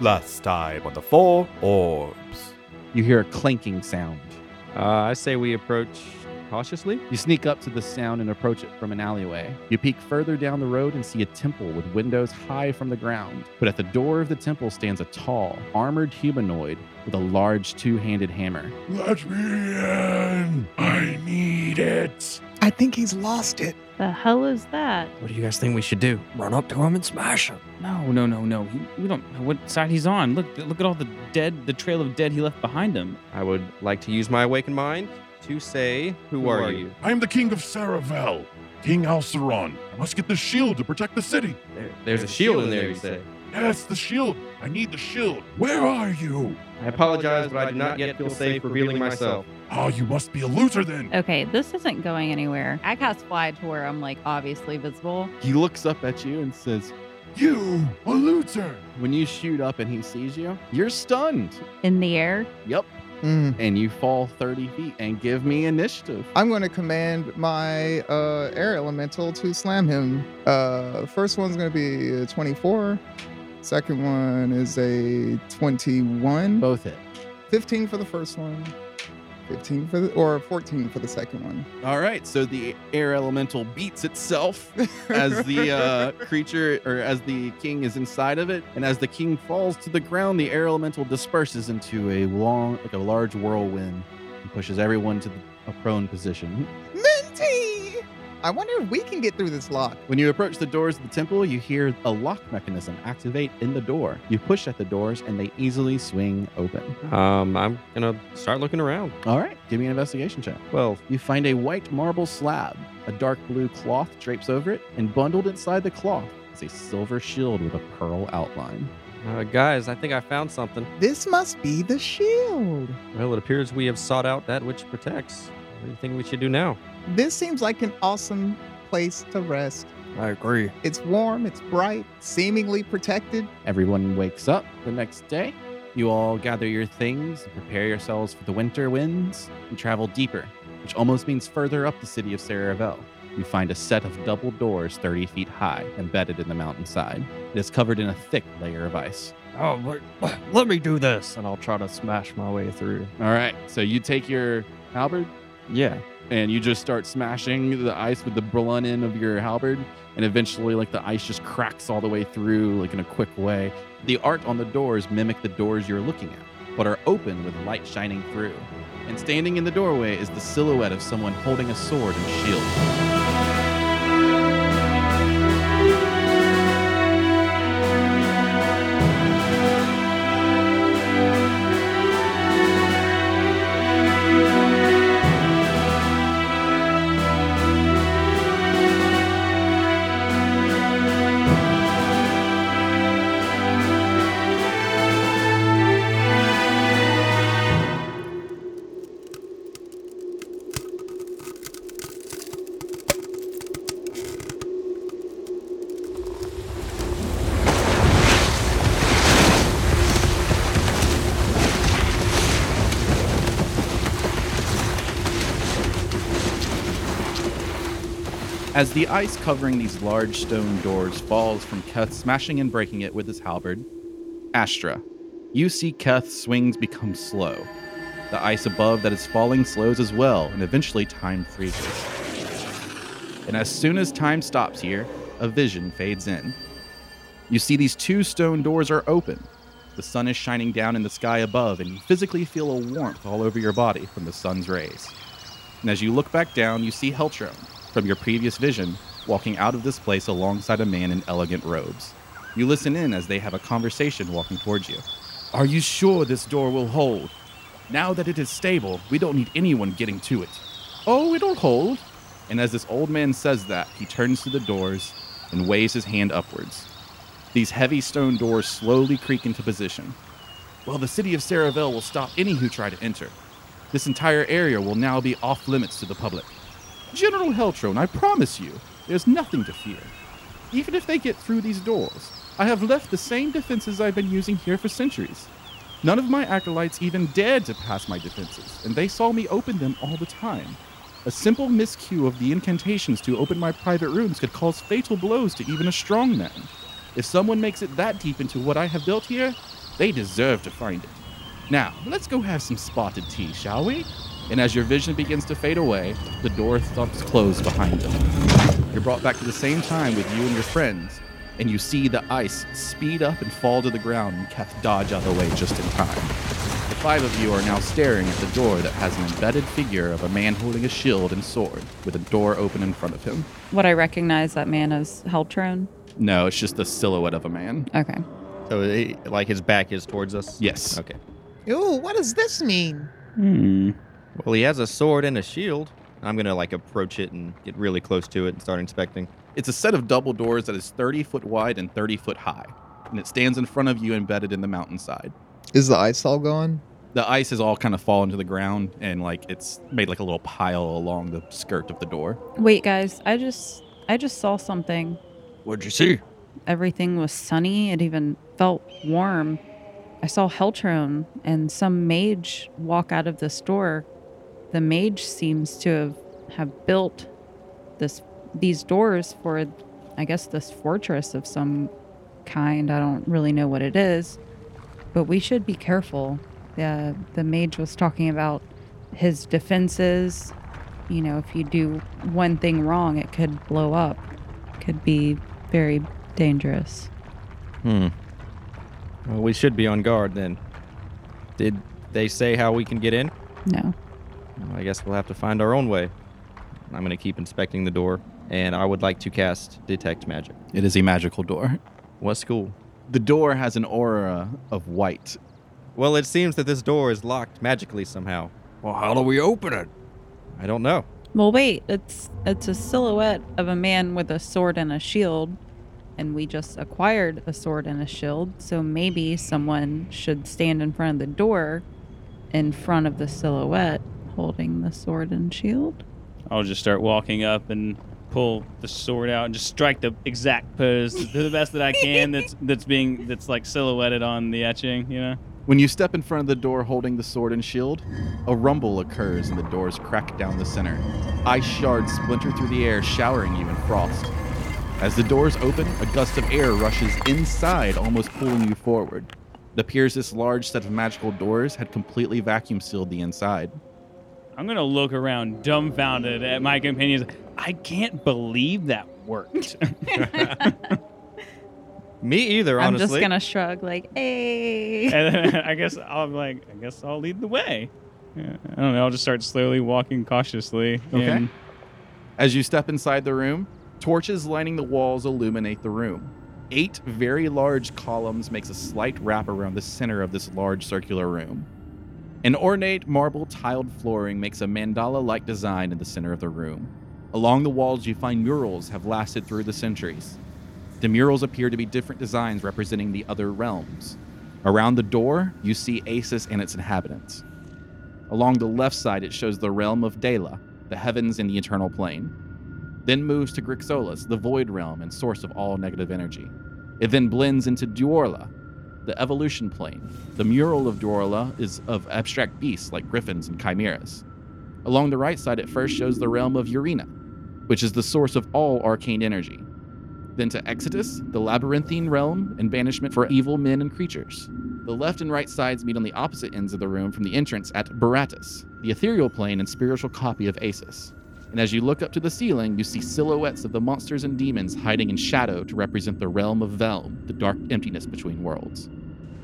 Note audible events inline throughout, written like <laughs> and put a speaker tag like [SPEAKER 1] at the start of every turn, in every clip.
[SPEAKER 1] Last time on the Four Orbs.
[SPEAKER 2] You hear a clinking sound.
[SPEAKER 3] Uh, I say we approach cautiously.
[SPEAKER 2] You sneak up to the sound and approach it from an alleyway. You peek further down the road and see a temple with windows high from the ground. But at the door of the temple stands a tall, armored humanoid with a large two handed hammer.
[SPEAKER 4] Let me in. I need it.
[SPEAKER 5] I think he's lost it.
[SPEAKER 6] The hell is that?
[SPEAKER 7] What do you guys think we should do? Run up to him and smash him.
[SPEAKER 3] No, no, no, no. He- We don't know what side he's on. Look, look at all the dead, the trail of dead he left behind him.
[SPEAKER 8] I would like to use my awakened mind to say, Who, are, you?
[SPEAKER 4] I am the king of Saravel, King Alceron. I must get the shield to protect the city.
[SPEAKER 8] There- there's a shield in there, you say.
[SPEAKER 4] Yes, the shield. I need the shield. Where are you?
[SPEAKER 8] I apologize, but I do not yet feel safe revealing myself.
[SPEAKER 4] Oh, you must be a loser then.
[SPEAKER 6] Okay, this isn't going anywhere. I cast fly to where I'm like obviously visible.
[SPEAKER 2] He looks up at you and says,
[SPEAKER 4] You,
[SPEAKER 9] <laughs>
[SPEAKER 4] a loser.
[SPEAKER 2] When you shoot up and he sees you, you're stunned.
[SPEAKER 6] In the air.
[SPEAKER 2] Yep.
[SPEAKER 5] Mm.
[SPEAKER 2] And you fall 30 feet and give me initiative.
[SPEAKER 5] I'm going to command my uh, air elemental to slam him. Uh, first one's going to be a 24. Second one is a 21.
[SPEAKER 2] Both hit.
[SPEAKER 5] 15 for the first one. 15 for the, or 14 for the second one.
[SPEAKER 2] All right. So the air elemental beats <laughs> itself as the uh, creature or as the king is inside of it, and as the king falls to the ground, the air elemental disperses into a long, like a large whirlwind, and pushes everyone to a prone position.
[SPEAKER 5] Minty! I wonder if we can get through this lock.
[SPEAKER 2] When you approach the doors of the temple, you hear a lock mechanism activate in the door. You push at the doors, and they easily swing open.
[SPEAKER 8] Um, I'm gonna start looking around.
[SPEAKER 2] All right, give me an investigation check.
[SPEAKER 8] Well,
[SPEAKER 2] You find a white marble slab. A dark blue cloth drapes over it, and bundled inside the cloth is a silver shield with a pearl outline.
[SPEAKER 8] uh, guys, I think I found something.
[SPEAKER 5] This must be the shield.
[SPEAKER 8] Well, it appears we have sought out that which protects. What do you think we should do now?
[SPEAKER 5] This seems like an awesome place to rest.
[SPEAKER 7] I agree.
[SPEAKER 5] It's warm, it's bright, seemingly protected.
[SPEAKER 2] Everyone wakes up the next day. You all gather your things and prepare yourselves for the winter winds and travel deeper, which almost means further up the city of Saravel. You find a set of double doors 30 feet high embedded in the mountainside. It is covered in a thick layer of ice.
[SPEAKER 7] Oh, but, <clears throat> let me do this, and I'll try to smash my way through.
[SPEAKER 2] All right, so you take your halberd
[SPEAKER 7] Yeah.
[SPEAKER 2] and you just start smashing the ice with the blunt end of your halberd and eventually like the ice just cracks all the way through like in a quick way the art on the doors mimic the doors you're looking at but are open with light shining through and standing in the doorway is the silhouette of someone holding a sword and shield As the ice covering these large stone doors falls from Keth smashing and breaking it with his halberd, Astra, you see Keth's swings become slow. The ice above that is falling slows as well, and eventually time freezes. And as soon as time stops here, a vision fades in. You see these two stone doors are open. The sun is shining down in the sky above, and you physically feel a warmth all over your body from the sun's rays. And as you look back down, you see Heltron from your previous vision walking out of this place alongside a man in elegant robes. You listen in as they have a conversation walking towards you. Are you sure this door will hold? Now that it is stable, we don't need anyone getting to it. Oh, it'll hold. And as this old man says that, he turns to the doors and waves his hand upwards. These heavy stone doors slowly creak into position. Well, the city of Saraville will stop any who try to enter. This entire area will now be off limits to the public. General Heltron, I promise you, there's nothing to fear. Even if they get through these doors, I have left the same defenses I've been using here for centuries. None of my acolytes even dared to pass my defenses, and they saw me open them all the time. A simple miscue of the incantations to open my private rooms could cause fatal blows to even a strong man. If someone makes it that deep into what I have built here, They deserve to find it. Now, let's go have some spotted tea, shall we? And as your vision begins to fade away, the door thumps closed behind them. You're brought back to the same time with you and your friends, and you see the ice speed up and fall to the ground, and Keth dodge out of the way just in time. The five of you are now staring at the door that has an embedded figure of a man holding a shield and sword, with a door open in front of him.
[SPEAKER 6] Would I recognize that man as Heltron?
[SPEAKER 2] No, it's just the silhouette of a man.
[SPEAKER 6] Okay.
[SPEAKER 8] So, he, like, his back is towards us?
[SPEAKER 2] Yes.
[SPEAKER 8] Okay.
[SPEAKER 10] Ooh, what does this mean?
[SPEAKER 3] Hmm.
[SPEAKER 8] Well, he has a sword and a shield. I'm going to, like, approach it and get really close to it and start inspecting.
[SPEAKER 2] It's a set of double doors that is 30 foot wide and 30 foot high, and it stands in front of you embedded in the mountainside.
[SPEAKER 5] Is the ice all gone?
[SPEAKER 2] The ice has all kind of fallen to the ground, and like it's made like a little pile along the skirt of the door.
[SPEAKER 6] Wait, guys. I just I just saw something.
[SPEAKER 7] What'd you see?
[SPEAKER 6] Everything was sunny. It even felt warm. I saw Heltron and some mage walk out of this door. The mage seems to have, have built this these doors for I guess this fortress of some kind. I don't really know what it is. But we should be careful. The the mage was talking about his defenses. You know, if you do one thing wrong, it could blow up. Could be very dangerous.
[SPEAKER 8] Hmm. Well, we should be on guard then. Did they say how we can get in?
[SPEAKER 6] No.
[SPEAKER 8] Well, I guess we'll have to find our own way. I'm going to keep inspecting the door, and I would like to cast Detect Magic.
[SPEAKER 2] It is a magical door.
[SPEAKER 8] What's cool?
[SPEAKER 2] The door has an aura of white.
[SPEAKER 8] Well, it seems that this door is locked magically somehow.
[SPEAKER 7] Well, how do we open it?
[SPEAKER 8] I don't know.
[SPEAKER 6] Well, wait. It's it's a silhouette of a man with a sword and a shield, and we just acquired a sword and a shield. So maybe someone should stand in front of the door, in front of the silhouette, holding the sword and shield.
[SPEAKER 3] I'll just start walking up and pull the sword out and just strike the exact pose to the best that I can. That's
[SPEAKER 2] <laughs>
[SPEAKER 3] that's being that's like silhouetted on the etching. You know.
[SPEAKER 2] When you step in front of the door holding the sword and shield, a rumble occurs and the doors crack down the center. Ice shards splinter through the air, showering you in frost. As the doors open, a gust of air rushes inside, almost pulling you forward. It appears this large set of magical doors had completely vacuum sealed the inside.
[SPEAKER 3] I'm gonna look around dumbfounded at my companions. I can't believe that
[SPEAKER 2] <laughs>
[SPEAKER 3] worked. <laughs>
[SPEAKER 8] Me either,
[SPEAKER 6] I'm
[SPEAKER 8] honestly.
[SPEAKER 6] just gonna shrug, like, "Hey."
[SPEAKER 3] <laughs> and then I guess I'm like, I guess I'll lead the way. Yeah, I don't know. I'll just start slowly walking cautiously.
[SPEAKER 2] Okay.
[SPEAKER 3] in.
[SPEAKER 2] As you step inside the room, torches lining the walls illuminate the room. Eight very large columns makes a slight wrap around the center of this large circular room. An ornate marble tiled flooring makes a mandala-like design in the center of the room. Along the walls you find murals have lasted through the centuries. The murals appear to be different designs representing the other realms. Around the door, you see Asis and its inhabitants. Along the left side, it shows the realm of Dela, the heavens and the eternal plane. Then moves to Grixolis, the void realm and source of all negative energy. It then blends into Duorla, the evolution plane. The mural of Duorla is of abstract beasts like griffins and chimeras. Along the right side, it first shows the realm of Urena, which is the source of all arcane energy. Then to Exodus, the labyrinthine realm and banishment for evil men and creatures. The left and right sides meet on the opposite ends of the room from the entrance at Baratus, the ethereal plane and spiritual copy of Asis. And as you look up to the ceiling, you see silhouettes of the monsters and demons hiding in shadow to represent the realm of Velm, the dark emptiness between worlds.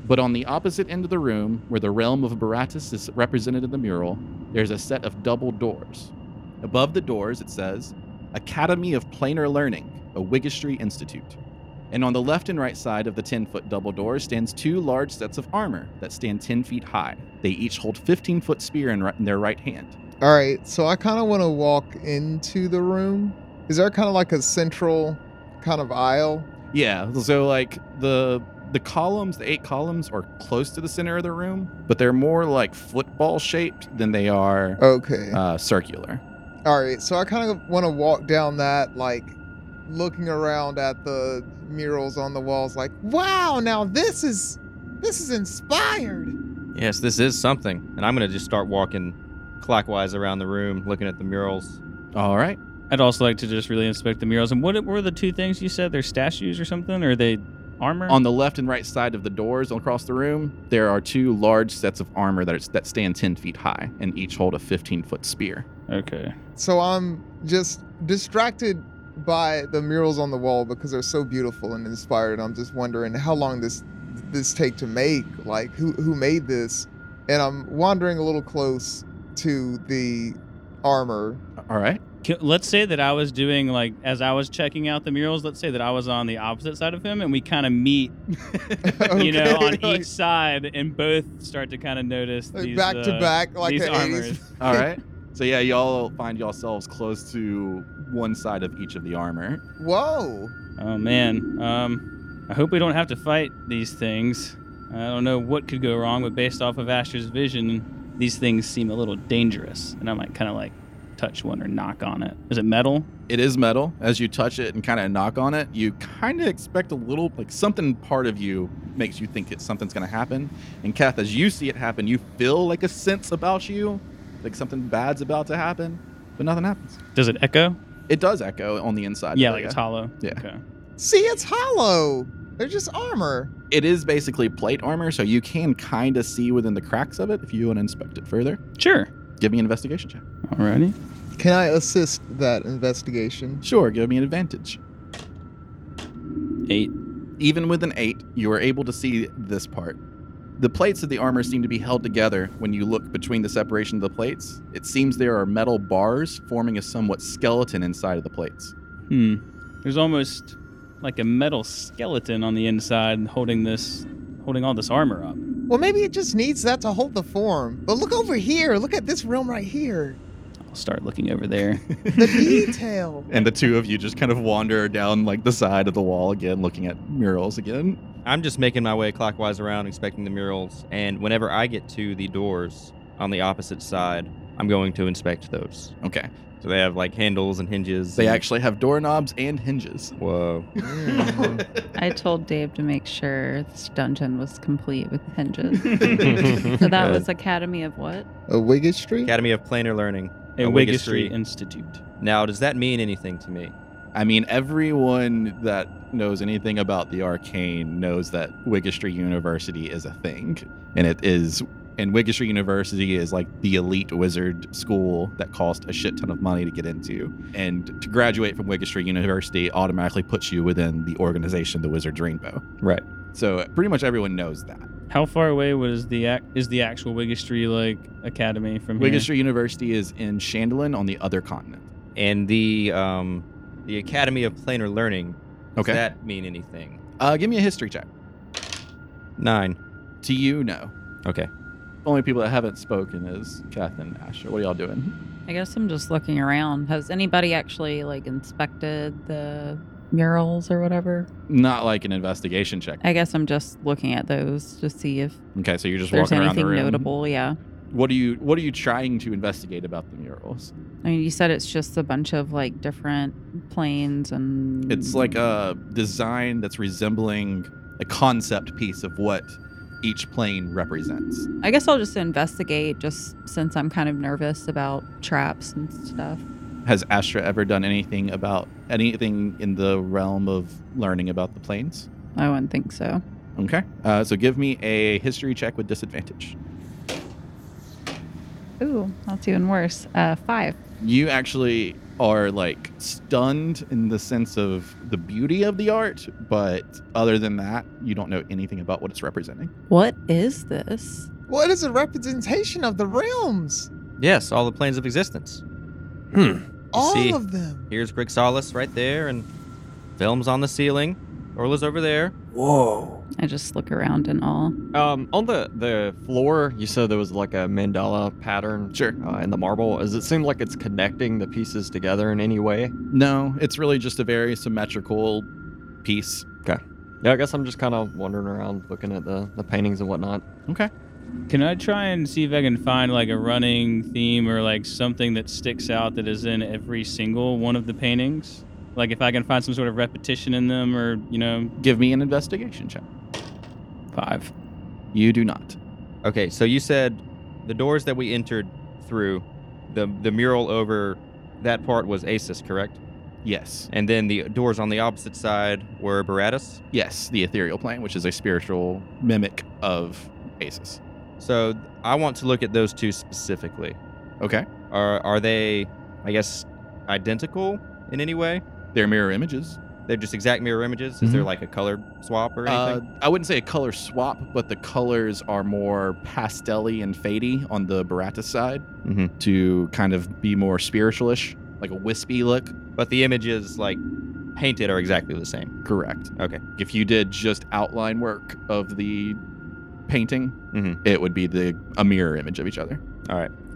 [SPEAKER 2] But on the opposite end of the room, where the realm of Baratus is represented in the mural, there's a set of double doors. Above the doors, it says, Academy of Planar Learning, a Wigistry Institute. And on the left and right side of the 10 foot double door stands two large sets of armor that stand 10 feet high. They each hold 15 foot spear in, ri- in their right hand.
[SPEAKER 5] All right, so I kind of want to walk into the room. Is there kind of like a central kind of aisle?
[SPEAKER 2] Yeah, so like the the columns, the eight columns are close to the center of the room, but they're more like football shaped than they are
[SPEAKER 5] Okay.
[SPEAKER 2] uh, circular.
[SPEAKER 5] All right, so I kind of want to walk down that, like, looking around at the murals on the walls, like, wow, now this is this is inspired.
[SPEAKER 8] Yes, this is something. And I'm going to just start walking clockwise around the room, looking at the murals.
[SPEAKER 2] All right.
[SPEAKER 3] I'd also like to just really inspect the murals. And what were the two things you said? They're statues or something? Or are they armor?
[SPEAKER 2] On the left and right side of the doors across the room, there are two large sets of armor that, are, that stand 10 feet high and each hold a 15 foot spear.
[SPEAKER 3] okay.
[SPEAKER 5] So I'm just distracted by the murals on the wall because they're so beautiful and inspired. I'm just wondering how long this this take to make. Like who who made this? And I'm wandering a little close to the armor.
[SPEAKER 2] All right.
[SPEAKER 3] Can- Let's say that I was doing like as I was checking out the murals. Let's say that I was on the opposite side of him, and we kind of meet, <laughs> you know,
[SPEAKER 5] Okay,
[SPEAKER 3] on
[SPEAKER 5] <laughs> like-
[SPEAKER 3] each side, and both start to kind of notice
[SPEAKER 5] like
[SPEAKER 3] these
[SPEAKER 5] back to
[SPEAKER 3] uh,
[SPEAKER 5] back, like
[SPEAKER 3] these
[SPEAKER 5] the 80s.
[SPEAKER 3] armors.
[SPEAKER 2] All right. <laughs> so yeah, y'all find yourselves close to one side of each of the armor.
[SPEAKER 5] Whoa!
[SPEAKER 3] Oh man. Um, I hope we don't have to fight these things. I don't know what could go wrong, but based off of Asher's vision, these things seem a little dangerous, and I might kind of like touch one or knock on it. Is it metal?
[SPEAKER 2] It is metal. As you touch it and kind of knock on it, you kind of expect a little like something part of you makes you think that something's going to happen. And Kath, as you see it happen, you feel like a sense about you, like something bad's about to happen, but nothing happens.
[SPEAKER 3] Does it echo?
[SPEAKER 2] It does echo on the inside.
[SPEAKER 3] yeah,
[SPEAKER 2] of
[SPEAKER 3] like
[SPEAKER 2] it.
[SPEAKER 3] it's hollow.
[SPEAKER 2] Yeah.
[SPEAKER 3] Okay.
[SPEAKER 5] See, it's hollow. They're just armor.
[SPEAKER 2] It is basically plate armor, so you can kind of see within the cracks of it if you want to inspect it further.
[SPEAKER 3] Sure.
[SPEAKER 2] Give me an investigation check.
[SPEAKER 3] Alrighty.
[SPEAKER 5] Can I assist that investigation?
[SPEAKER 2] Sure, give me an advantage.
[SPEAKER 3] Eight.
[SPEAKER 2] Even with an 8, you are able to see this part. The plates of the armor seem to be held together when you look between the separation of the plates. It seems there are metal bars forming a somewhat skeleton inside of the plates.
[SPEAKER 3] Hmm. There's almost like a metal skeleton on the inside holding this, holding all this armor up.
[SPEAKER 5] Well, maybe it just needs that to hold the form. But look over here. Look at this realm right here.
[SPEAKER 3] I'll start looking over there.
[SPEAKER 1] <laughs>
[SPEAKER 5] The detail.
[SPEAKER 2] And the two of you just kind of wander down like the side of the wall again, looking at murals again.
[SPEAKER 8] I'm just making my way clockwise around, inspecting the murals, and whenever I get to the doors on the opposite side, I'm going to inspect those.
[SPEAKER 2] Okay.
[SPEAKER 8] So they have like handles and hinges.
[SPEAKER 2] They
[SPEAKER 8] and-
[SPEAKER 2] actually have doorknobs and hinges.
[SPEAKER 8] Whoa.
[SPEAKER 1] Mm-hmm.
[SPEAKER 5] Mm.
[SPEAKER 6] I told Dave to make sure this dungeon was complete with hinges. <laughs>
[SPEAKER 9] <laughs>
[SPEAKER 8] <laughs>
[SPEAKER 3] Oh,
[SPEAKER 6] so that was Academy of what?
[SPEAKER 5] A Wiggage Street?
[SPEAKER 8] Academy of Planar Learning.
[SPEAKER 3] A
[SPEAKER 8] A
[SPEAKER 3] Wiggistry
[SPEAKER 8] Wiggistry.
[SPEAKER 3] Institute.
[SPEAKER 8] Now, does that mean anything to me?
[SPEAKER 2] I mean, everyone that knows anything about the arcane knows that Wigistry University is a thing, and it is. And Wigistry University is like the elite wizard school that cost a shit ton of money to get into. And to graduate from Wigistry University automatically puts you within the organization, the Wizard's Rainbow.
[SPEAKER 8] Right.
[SPEAKER 2] So pretty much everyone knows that.
[SPEAKER 3] How far away was the ac- is the actual Wiggistry like academy from here?
[SPEAKER 2] Wigistry University is in Chandelin on the other continent.
[SPEAKER 8] And the um, the Academy of Planar Learning. Does
[SPEAKER 2] Okay.
[SPEAKER 8] that mean anything?
[SPEAKER 2] Uh, give me a history check.
[SPEAKER 8] Nine.
[SPEAKER 2] To you, no.
[SPEAKER 8] Okay.
[SPEAKER 2] Only people that haven't spoken is Kath and Asher. What are y'all doing?
[SPEAKER 6] I guess I'm just looking around. Has anybody actually like inspected the murals or whatever?
[SPEAKER 2] Not like an investigation check.
[SPEAKER 6] I guess I'm just looking at those to see if
[SPEAKER 2] Okay, so you're just
[SPEAKER 6] there's
[SPEAKER 2] walking around the
[SPEAKER 6] anything
[SPEAKER 2] room.
[SPEAKER 6] notable. Yeah.
[SPEAKER 2] What are you What are you trying to investigate about the murals?
[SPEAKER 6] I mean, you said it's just a bunch of like different planes and
[SPEAKER 2] It's like a design that's resembling a concept piece of what each plane represents.
[SPEAKER 6] I guess I'll just investigate just since I'm kind of nervous about traps and stuff.
[SPEAKER 2] Has Astra ever done anything about anything in the realm of learning about the planes?
[SPEAKER 6] I wouldn't think so.
[SPEAKER 2] Okay, uh, so give me a history check with disadvantage.
[SPEAKER 6] Ooh, that's even worse. Uh, five.
[SPEAKER 2] you actually are like stunned in the sense of the beauty of the art, but other than that, you don't know anything about what it's representing.
[SPEAKER 6] What is this?
[SPEAKER 5] What is a representation of the realms?
[SPEAKER 8] Yes, all the planes of existence.
[SPEAKER 2] Hmm.
[SPEAKER 5] All
[SPEAKER 8] see.
[SPEAKER 5] of them.
[SPEAKER 8] Here's Grixalis right there, and films on the ceiling. Orla's over there.
[SPEAKER 7] Whoa.
[SPEAKER 6] I just look around in awe.
[SPEAKER 7] Um, on the the floor, you said there was like a mandala pattern.
[SPEAKER 2] Sure.
[SPEAKER 7] Uh, in the marble, does it seem like it's connecting the pieces together in any way?
[SPEAKER 2] No, it's really just a very symmetrical piece.
[SPEAKER 7] Yeah, I guess I'm just kind of wandering around, looking at the, the paintings and whatnot.
[SPEAKER 3] Can I try and see if I can find like a running theme or like something that sticks out that is in every single one of the paintings? Like if I can find some sort of repetition in them or, you know,
[SPEAKER 2] Give me an investigation check.
[SPEAKER 3] five.
[SPEAKER 2] You do not.
[SPEAKER 8] Okay, so you said the doors that we entered through, the the mural over that part was Asus, correct?
[SPEAKER 2] Yes.
[SPEAKER 8] And then the doors on the opposite side were Baratus.
[SPEAKER 2] Yes, the ethereal plane, which is a spiritual mimic of Asus.
[SPEAKER 8] So I want to look at those two specifically.
[SPEAKER 2] Okay.
[SPEAKER 8] Are are they, I guess, identical in any way?
[SPEAKER 2] They're mirror images.
[SPEAKER 8] They're just exact mirror images. Is there
[SPEAKER 2] Mhm.
[SPEAKER 8] like a color swap or
[SPEAKER 2] Uh,
[SPEAKER 8] anything?
[SPEAKER 2] I wouldn't say a color swap, but the colors are more pastelly and fadey on the Baratus side
[SPEAKER 8] Mhm.
[SPEAKER 2] to kind of be more spiritualish, like a wispy look.
[SPEAKER 8] but the images like painted are exactly the same.
[SPEAKER 2] Correct.
[SPEAKER 8] Okay.
[SPEAKER 2] If you did just outline work of the painting,
[SPEAKER 8] Mhm.
[SPEAKER 2] it would be the a mirror image of each other.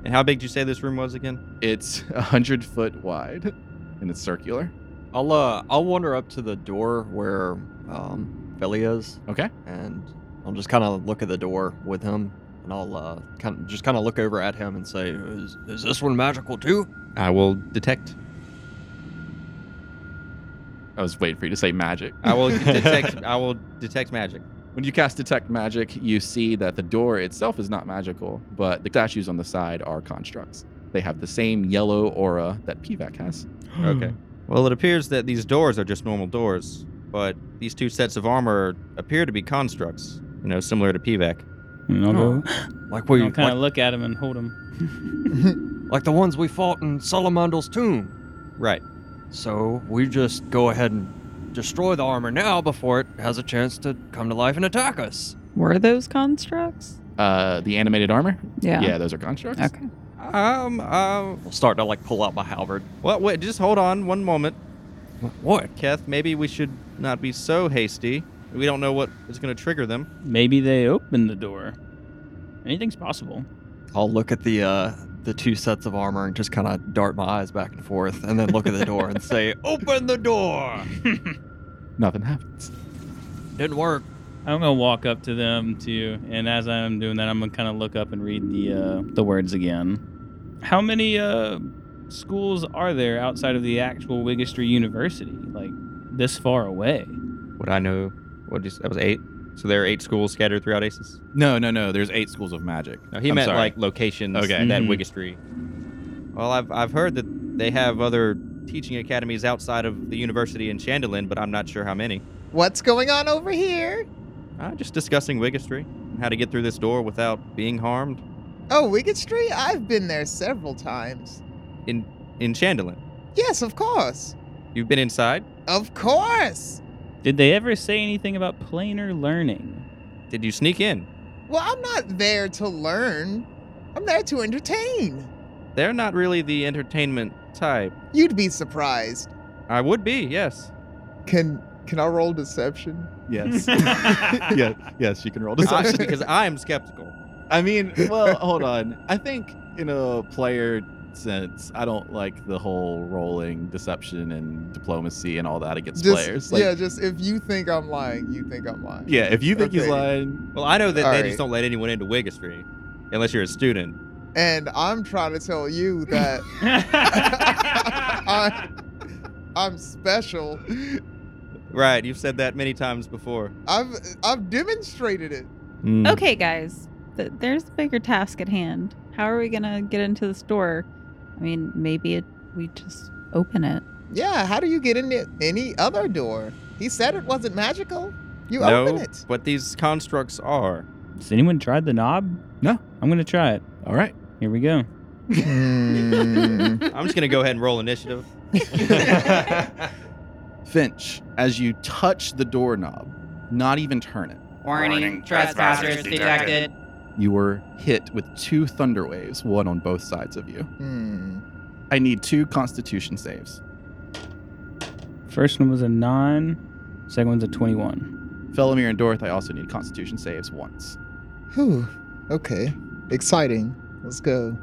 [SPEAKER 8] And how big did you say this room was again?
[SPEAKER 2] It's <laughs> a hundred foot wide, and it's circular.
[SPEAKER 7] I'll uh, I'll wander up to the door where um, Feli is.
[SPEAKER 2] Okay.
[SPEAKER 7] And I'll just kind of look at the door with him, and I'll uh, kind of just kind of look over at him and say, "Is, is this one magical too?"
[SPEAKER 8] I will detect.
[SPEAKER 2] I was waiting for you to say magic.
[SPEAKER 8] I <laughs> will detect. I will detect magic.
[SPEAKER 2] When you cast detect magic, you see that the door itself is not magical, but the statues on the side are constructs. They have the same yellow aura that PVAC has.
[SPEAKER 8] <laughs> Okay. Well, it appears that these doors are just normal doors, but these two sets of armor appear to be constructs. You know, similar to E PVAC.
[SPEAKER 3] And I'll go.
[SPEAKER 7] Like we
[SPEAKER 3] I'll kind of
[SPEAKER 7] like,
[SPEAKER 3] look at him and hold him.
[SPEAKER 7] like the ones we fought in Salamandel's tomb.
[SPEAKER 8] Right.
[SPEAKER 7] So we just go ahead and destroy the armor now before it has a chance to come to life and attack us.
[SPEAKER 6] Were those constructs?
[SPEAKER 2] Uh, the animated armor?
[SPEAKER 6] Yeah.
[SPEAKER 2] those are constructs.
[SPEAKER 6] Okay.
[SPEAKER 8] Um. Um.
[SPEAKER 7] I'll start to like pull out my halberd.
[SPEAKER 8] Well, wait. Just hold on one moment,
[SPEAKER 7] What?
[SPEAKER 8] Keth. Maybe we should not be so hasty. We don't know what is going to trigger them.
[SPEAKER 3] Maybe they opened the door. Anything's possible.
[SPEAKER 7] I'll look at the uh, the two sets of armor and just kind of dart my eyes back and forth, and then look at the door and say, <laughs> "Oh, "Open the door."
[SPEAKER 2] Nothing happens.
[SPEAKER 7] Didn't work.
[SPEAKER 3] I'm gonna walk up to them too, and as I'm doing that, I'm gonna kind of look up and read the uh, the words again. How many uh, schools are there outside of the actual Wigistry University? Like this far away?
[SPEAKER 8] What I know. What did you, that was eight. So there are eight schools scattered throughout Aces.
[SPEAKER 2] No, no, no. There's eight schools of magic.
[SPEAKER 8] No, he
[SPEAKER 2] I'm
[SPEAKER 8] meant
[SPEAKER 2] sorry. <laughs>
[SPEAKER 8] like locations
[SPEAKER 2] Okay.
[SPEAKER 8] that
[SPEAKER 3] Mhm.
[SPEAKER 8] Wigistry. Mm-hmm. Well, I've I've heard that they have other teaching academies outside of the university in Chandelin, but I'm not sure how many.
[SPEAKER 10] What's going on over here?
[SPEAKER 8] Uh, just discussing Wigistry and how to get through this door without being harmed
[SPEAKER 10] Oh, Wicked Street? I've been there several times.
[SPEAKER 8] in in Chandelin.
[SPEAKER 10] Yes, of course.
[SPEAKER 8] You've been inside.
[SPEAKER 10] Of course.
[SPEAKER 3] Did they ever say anything about planar learning?
[SPEAKER 8] Did you sneak in?
[SPEAKER 10] Well, I'm not there to learn. I'm there to entertain.
[SPEAKER 8] They're not really the entertainment type.
[SPEAKER 10] You'd be surprised.
[SPEAKER 8] I would be, yes.
[SPEAKER 5] Can can I roll deception?
[SPEAKER 3] <laughs>
[SPEAKER 1] <laughs> Yes. yeah, yes, you can roll
[SPEAKER 2] <laughs>
[SPEAKER 8] I,
[SPEAKER 1] deception.
[SPEAKER 8] because I am skeptical.
[SPEAKER 1] I mean, well, hold on. I think in a player sense, I don't like the whole rolling deception and diplomacy and all that against
[SPEAKER 5] Just,
[SPEAKER 1] players. Like,
[SPEAKER 5] yeah, just if you think I'm lying, you think I'm lying.
[SPEAKER 1] yeah, if you think he's
[SPEAKER 5] Okay.
[SPEAKER 1] lying,
[SPEAKER 8] Well, I know that
[SPEAKER 5] All
[SPEAKER 8] they
[SPEAKER 5] right.
[SPEAKER 8] just don't let anyone into Wigistry unless you're a student.
[SPEAKER 5] And I'm trying to tell you that I, <laughs> I'm special.
[SPEAKER 8] Right, you've said that many times before.
[SPEAKER 5] I've I've demonstrated it.
[SPEAKER 2] Mm.
[SPEAKER 6] Okay, guys. Th- there's a bigger task at hand. How are we gonna get into this door? I mean, maybe it, we just open it.
[SPEAKER 10] Yeah, how do you get into any other door? He said it wasn't magical. You
[SPEAKER 8] no,
[SPEAKER 10] open it.
[SPEAKER 8] what these constructs are.
[SPEAKER 3] Has anyone tried the knob?
[SPEAKER 1] No.
[SPEAKER 3] I'm gonna try it.
[SPEAKER 1] all right.
[SPEAKER 3] Here we go.
[SPEAKER 6] Hmm.
[SPEAKER 8] <laughs> I'm just gonna go ahead and roll initiative.
[SPEAKER 2] Finch, as you touch the doorknob, not even turn it,
[SPEAKER 11] Warning, trespassers detected.
[SPEAKER 2] you were hit with two thunder waves, one on both sides of you.
[SPEAKER 5] <laughs> Hmm.
[SPEAKER 2] I need two constitution saves.
[SPEAKER 3] First one was a nine. Second one's a twenty-one.
[SPEAKER 2] Felomir and Dorothy also need constitution saves once.
[SPEAKER 5] Whew. Okay. Exciting. Let's go.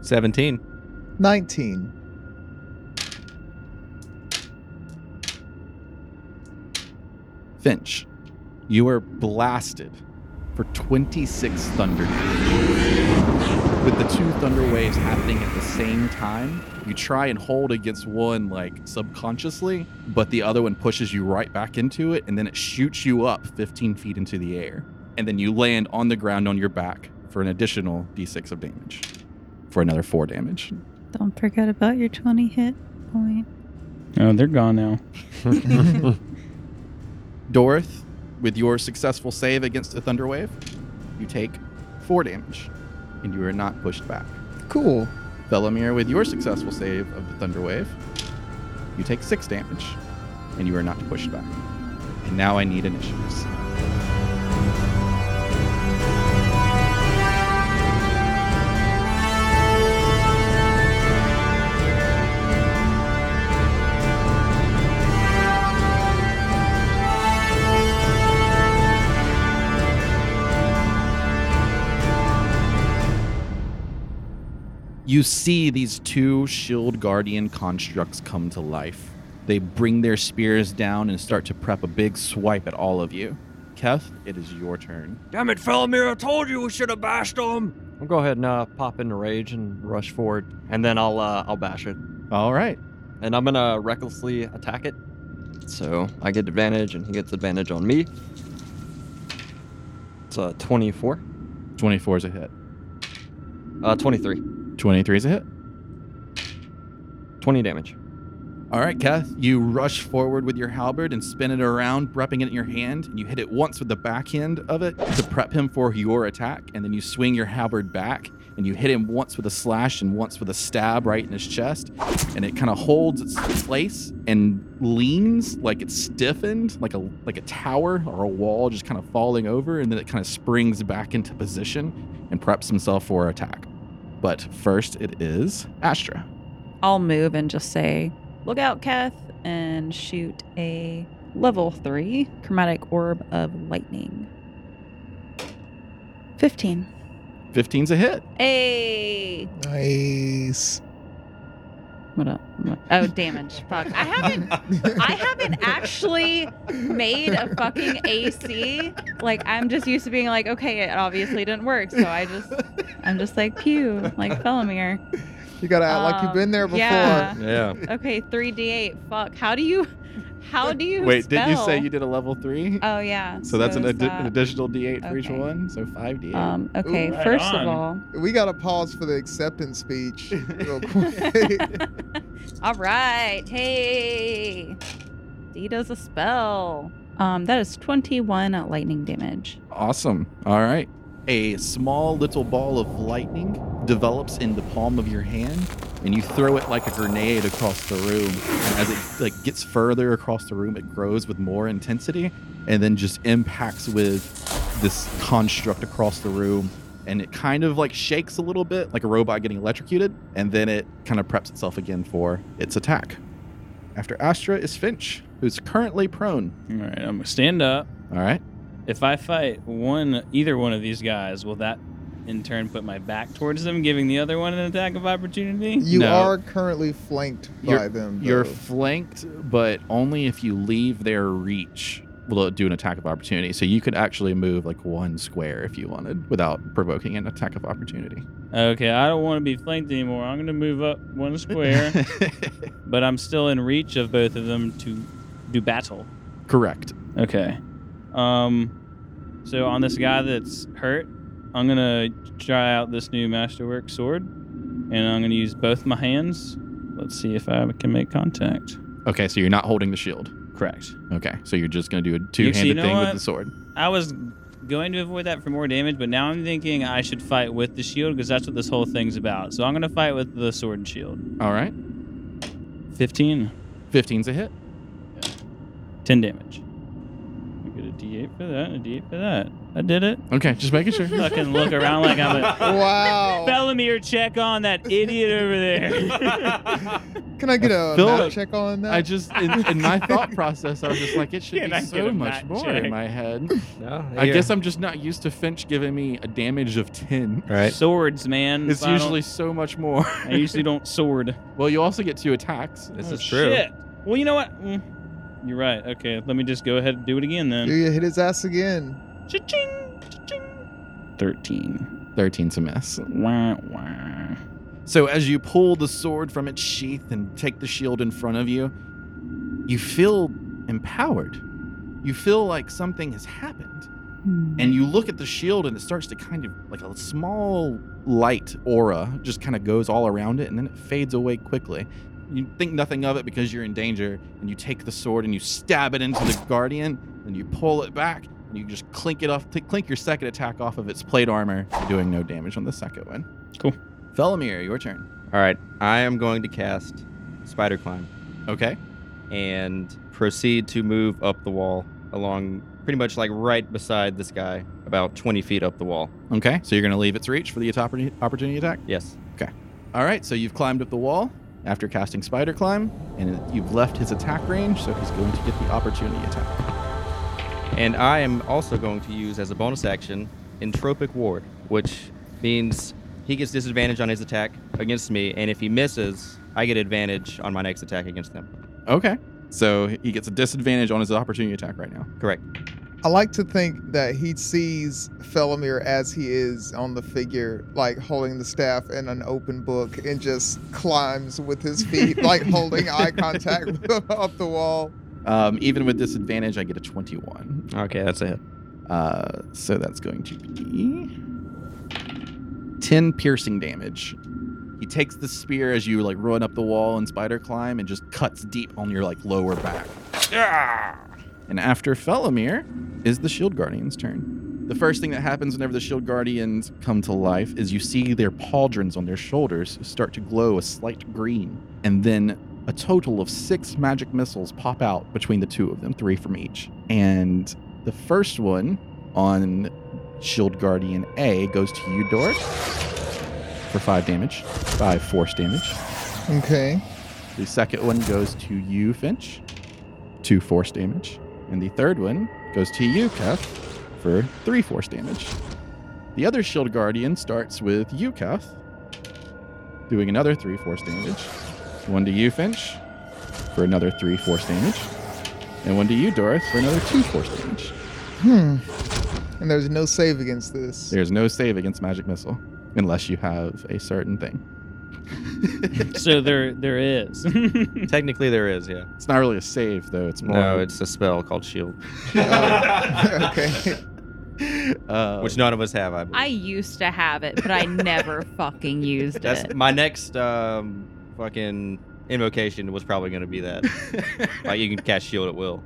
[SPEAKER 8] 17.
[SPEAKER 5] 19.
[SPEAKER 2] Finch, you were blasted for 26 thunder damage. With the two thunder waves happening at the same time, you try and hold against one like subconsciously, but the other one pushes you right back into it, and then it shoots you up 15 feet into the air. And then you land on the ground on your back for an additional d6 of damage for another four damage.
[SPEAKER 6] Don't forget about your 20 hit. point.
[SPEAKER 3] Oh, they're gone now.
[SPEAKER 2] Doroth, with your successful save against the Thunder Wave, you take four damage, and you are not pushed back.
[SPEAKER 5] Cool.
[SPEAKER 2] Velamir, with your successful save of the Thunder Wave, you take six damage, and you are not pushed back. And now I need initiatives. you see these two shield guardian constructs come to life. They bring their spears down and start to prep a big swipe at all of you. Keth, it is your turn.
[SPEAKER 7] Damn it, Felomir, I told you we should have bashed him. I'll go ahead and uh, pop into rage and rush forward, and then I'll uh, I'll bash it,
[SPEAKER 2] All right.
[SPEAKER 7] and I'm gonna recklessly attack it. So I get advantage, and he gets advantage on me. It's uh, a 24,
[SPEAKER 2] 24 is a hit.
[SPEAKER 7] uh, 23,
[SPEAKER 2] 23 is a hit.
[SPEAKER 7] 20 damage.
[SPEAKER 2] All right, Keth, you rush forward with your halberd and spin it around, prepping it in your hand. And you hit it once with the back end of it to prep him for your attack, and then you swing your halberd back and you hit him once with a slash and once with a stab right in his chest. And it kind of holds its place and leans like it's stiffened, like a like a tower or a wall just kind of falling over, and then it kind of springs back into position and preps himself for attack. But first, it is Astra.
[SPEAKER 6] I'll move and just say, "Look out, Kath!" and shoot a level three chromatic orb of lightning. Fifteen.
[SPEAKER 2] 15's a hit.
[SPEAKER 6] Hey.
[SPEAKER 5] Nice.
[SPEAKER 6] What up? What- Oh, damage. Fuck.
[SPEAKER 5] <laughs>
[SPEAKER 6] I haven't. I haven't actually made a fucking AC. Like I'm just used to being like, okay, it obviously didn't work, so I just, I'm just like, pew, like Felomir.
[SPEAKER 5] You gotta act like you've been there
[SPEAKER 6] Um,
[SPEAKER 5] before.
[SPEAKER 6] yeah.
[SPEAKER 2] Yeah.
[SPEAKER 6] Okay, three d8. Fuck. How do you? How do you?
[SPEAKER 1] Wait, did you say
[SPEAKER 6] spell?
[SPEAKER 1] you did a level three?
[SPEAKER 6] Oh yeah.
[SPEAKER 1] so that's an,
[SPEAKER 6] it's
[SPEAKER 1] addi- an
[SPEAKER 6] that.
[SPEAKER 1] additional D8 for each
[SPEAKER 6] Okay.
[SPEAKER 1] one. So five D8.
[SPEAKER 6] Um. Okay.
[SPEAKER 5] Ooh,
[SPEAKER 3] right
[SPEAKER 6] first
[SPEAKER 3] on.
[SPEAKER 6] of all.
[SPEAKER 5] We gotta pause for the acceptance speech
[SPEAKER 6] <laughs>
[SPEAKER 5] real quick.
[SPEAKER 6] all right. Hey. D does a spell. Um. That is twenty-one at lightning damage.
[SPEAKER 2] Awesome. All right. A small little ball of lightning develops in the palm of your hand, and you throw it like a grenade across the room. And as it like gets further across the room, it grows with more intensity, and then just impacts with this construct across the room. And it kind of like shakes a little bit, like a robot getting electrocuted, and then it kind of preps itself again for its attack. After Astra is Finch, who's currently prone.
[SPEAKER 3] All right, I'm gonna stand up.
[SPEAKER 2] All right.
[SPEAKER 3] If I fight one, either one of these guys, will that in turn put my back towards them, giving the other one an attack of opportunity?
[SPEAKER 5] You
[SPEAKER 2] No.
[SPEAKER 5] are currently flanked
[SPEAKER 2] You're-
[SPEAKER 5] by them.
[SPEAKER 2] You're
[SPEAKER 5] though.
[SPEAKER 2] flanked, but only if you leave their reach will it do an attack of opportunity. So you could actually move like one square if you wanted without provoking an attack of opportunity.
[SPEAKER 3] Okay, I don't want to be flanked anymore. I'm gonna move up one
[SPEAKER 5] <laughs>
[SPEAKER 3] square, but I'm still in reach of both of them to do battle.
[SPEAKER 2] Correct.
[SPEAKER 3] Okay. Um, so on this guy that's hurt, I'm gonna try out this new masterwork sword, and I'm gonna use both my hands. Let's see if I can make contact.
[SPEAKER 2] Okay, so you're not holding the shield.
[SPEAKER 3] Correct.
[SPEAKER 2] Okay, so you're just going to do a two handed
[SPEAKER 3] you know
[SPEAKER 2] thing with
[SPEAKER 3] what?
[SPEAKER 2] the sword.
[SPEAKER 3] I was going to avoid that for more damage, but now I'm thinking I should fight with the shield because that's what this whole thing's about. So I'm gonna fight with the sword and shield.
[SPEAKER 2] All right.
[SPEAKER 3] 15,
[SPEAKER 2] 15's a hit.
[SPEAKER 3] 10 damage. We get a D8 for that, and a D8 for that. I did it.
[SPEAKER 2] Okay, just making sure.
[SPEAKER 3] <laughs> Fucking look around like I'm a
[SPEAKER 5] <laughs> Wow.
[SPEAKER 3] Bellamere. Check on that idiot over there.
[SPEAKER 5] Can I get a
[SPEAKER 2] Phil,
[SPEAKER 5] map check on that?
[SPEAKER 2] I just, in, in my thought process, I was just like, it
[SPEAKER 3] <laughs>
[SPEAKER 2] should
[SPEAKER 3] Can
[SPEAKER 2] be
[SPEAKER 3] I get
[SPEAKER 2] so
[SPEAKER 3] a
[SPEAKER 2] much
[SPEAKER 3] back
[SPEAKER 2] more
[SPEAKER 3] check?
[SPEAKER 2] in my
[SPEAKER 3] <laughs>
[SPEAKER 2] head.
[SPEAKER 8] No,
[SPEAKER 2] I guess I'm just not used to Finch giving me a damage of 10.
[SPEAKER 3] Swords, man.
[SPEAKER 2] It's
[SPEAKER 3] Mm, I don't-
[SPEAKER 2] usually so much more. <laughs>
[SPEAKER 3] I usually don't sword.
[SPEAKER 2] Well, you also get two attacks.
[SPEAKER 8] This
[SPEAKER 3] Oh,
[SPEAKER 8] is true.
[SPEAKER 3] Shit. Well, you know what? Mm, You're right. Okay, let me just go ahead and do it again
[SPEAKER 5] Do
[SPEAKER 3] then.
[SPEAKER 5] you hit his ass again?
[SPEAKER 3] Cha-ching, cha-ching. Thirteen.
[SPEAKER 2] 13's a miss.
[SPEAKER 3] Wah, wah.
[SPEAKER 2] So as you pull the sword from its sheath and take the shield in front of you, you feel empowered. You feel like something has happened. And you look at the shield and it starts to kind of like a small light aura just kind of goes all around it and then it fades away quickly. you think nothing of it because you're in danger, and you take the sword and you stab it into the guardian, and you pull it back, and you just clink it off, clink your second attack off of its plate armor, doing no damage on the second one.
[SPEAKER 3] Cool.
[SPEAKER 2] Felomir, your turn.
[SPEAKER 8] All right, I am going to cast Spider Climb
[SPEAKER 2] Okay.
[SPEAKER 8] and proceed to move up the wall along pretty much like right beside this guy, about 20 feet up the wall.
[SPEAKER 2] Okay. So you're going to leave its reach for the atop- opportunity attack.
[SPEAKER 8] Yes.
[SPEAKER 2] All right, so you've climbed up the wall after casting Spider Climb, and you've left his attack range, so he's going to get the opportunity attack.
[SPEAKER 8] And I am also going to use as a bonus action Entropic Ward, which means he gets disadvantage on his attack against me, and if he misses, I get advantage on my next attack against them.
[SPEAKER 2] Okay, so he gets a disadvantage on his opportunity attack right now.
[SPEAKER 8] Correct.
[SPEAKER 5] I like to think that he sees Felomir as he is on the figure, like holding the staff in an open book, and just climbs with his
[SPEAKER 2] <laughs>
[SPEAKER 5] feet, like holding eye contact up the wall.
[SPEAKER 2] Um, even with disadvantage, I get a 21.
[SPEAKER 8] Okay, that's a hit.
[SPEAKER 2] Uh, so that's going to be 10 piercing damage. He takes the spear as you like run up the wall and spider climb and just cuts deep on your like lower back. And after Felomir is the Shield Guardian's turn. The first thing that happens whenever the Shield Guardians come to life is you see their pauldrons on their shoulders start to glow a slight green, and then a total of six magic missiles pop out between the two of them, three from each. And the first one on Shield Guardian A goes to you, Dort, for five damage, five force damage.
[SPEAKER 5] Okay.
[SPEAKER 2] The second one goes to you, Finch, two force damage. And the third one goes to you, Kef, for three force damage. The other Shield Guardian starts with you, Kef, doing another three force damage. One to you, Finch, for another three force damage. And one to you, Doroth, for another two force damage.
[SPEAKER 5] Hmm. And there's no save against this.
[SPEAKER 2] There's no save against Magic Missile unless you have a certain thing.
[SPEAKER 3] so there, there is.
[SPEAKER 8] Technically, there is, yeah.
[SPEAKER 2] It's not really a save, though. It's more. <laughs>
[SPEAKER 8] No, it's a spell called Shield,
[SPEAKER 5] Oh, okay. <laughs>
[SPEAKER 2] Uh,
[SPEAKER 8] which none of us have, I believe.
[SPEAKER 6] I used to have it, but I never fucking used
[SPEAKER 8] That's
[SPEAKER 6] it.
[SPEAKER 8] my next um, fucking invocation was probably going to be <laughs> that. like you can cast shield at will.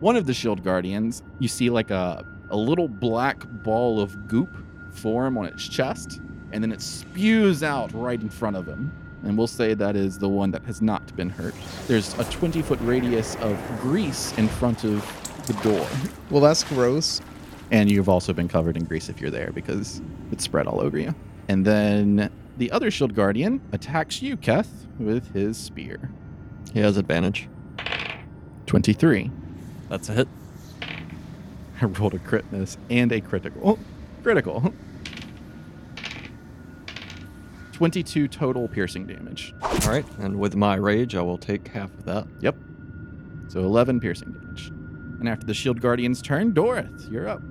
[SPEAKER 2] one of the shield E guardians you see like a, a little black ball of goop form on its chest and then it spews out right in front of him and we'll say that is the one that has not been hurt there's a 20 foot radius of grease in front of the door
[SPEAKER 5] Well, that's gross.
[SPEAKER 2] and you've also been covered in grease if you're there because it's spread all over you and then the other shield E guardian attacks you keth with his spear
[SPEAKER 7] He has advantage.
[SPEAKER 2] 23
[SPEAKER 7] That's a hit.
[SPEAKER 2] <laughs> I rolled a crit miss and a critical. Oh, Critical. 22 total piercing damage.
[SPEAKER 7] All right, and with my rage, I will take half of that.
[SPEAKER 2] Yep. So 11 piercing damage. And after the shield guardian's turn, Dorith, you're up.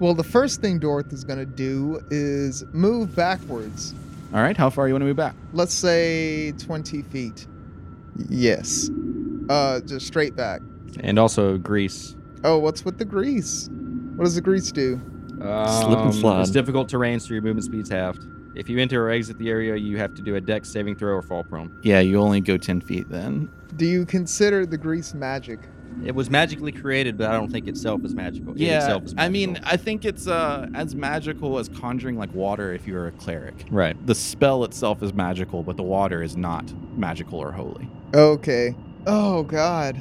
[SPEAKER 5] Well, the first thing Dorothy's going to do is move backwards.
[SPEAKER 2] All right, how far you want to move back?
[SPEAKER 5] Let's say 20 feet. Yes. Uh, just straight back.
[SPEAKER 8] And also grease.
[SPEAKER 5] Oh, what's with the grease? What does the grease do?
[SPEAKER 7] Slip and slide.
[SPEAKER 8] Um, It's difficult terrain, so your movement speed's halved. If you enter or exit the area, you have to do a dex saving throw or fall prone.
[SPEAKER 2] Yeah, you only go 10 feet then.
[SPEAKER 5] Do you consider the grease magic?
[SPEAKER 8] It was magically created, but I don't think itself is magical. It
[SPEAKER 2] Yeah,
[SPEAKER 8] itself is
[SPEAKER 2] I mean,
[SPEAKER 8] magical.
[SPEAKER 2] I think it's uh, as magical as conjuring like water if you're a cleric.
[SPEAKER 8] right.
[SPEAKER 2] The spell itself is magical, but the water is not magical or holy.
[SPEAKER 5] Okay. Oh, God.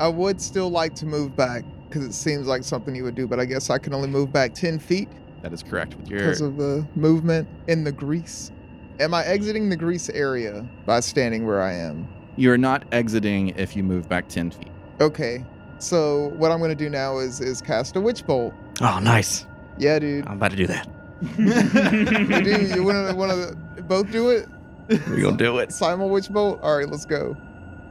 [SPEAKER 5] I would still like to move back because it seems like something you would do, but I guess I can only move back 10 feet
[SPEAKER 2] That is correct with your
[SPEAKER 5] because of the movement in the grease. Am I exiting the grease area by standing where I am?
[SPEAKER 2] You're not exiting if you move back 10 feet.
[SPEAKER 5] Okay. So what I'm gonna do now is is cast a witch bolt.
[SPEAKER 7] Oh, nice.
[SPEAKER 5] Yeah, dude.
[SPEAKER 7] I'm about to do that.
[SPEAKER 5] You do. You wanna wanna both do it?
[SPEAKER 7] We're going to do it.
[SPEAKER 5] Simon witch bolt. All right, let's go.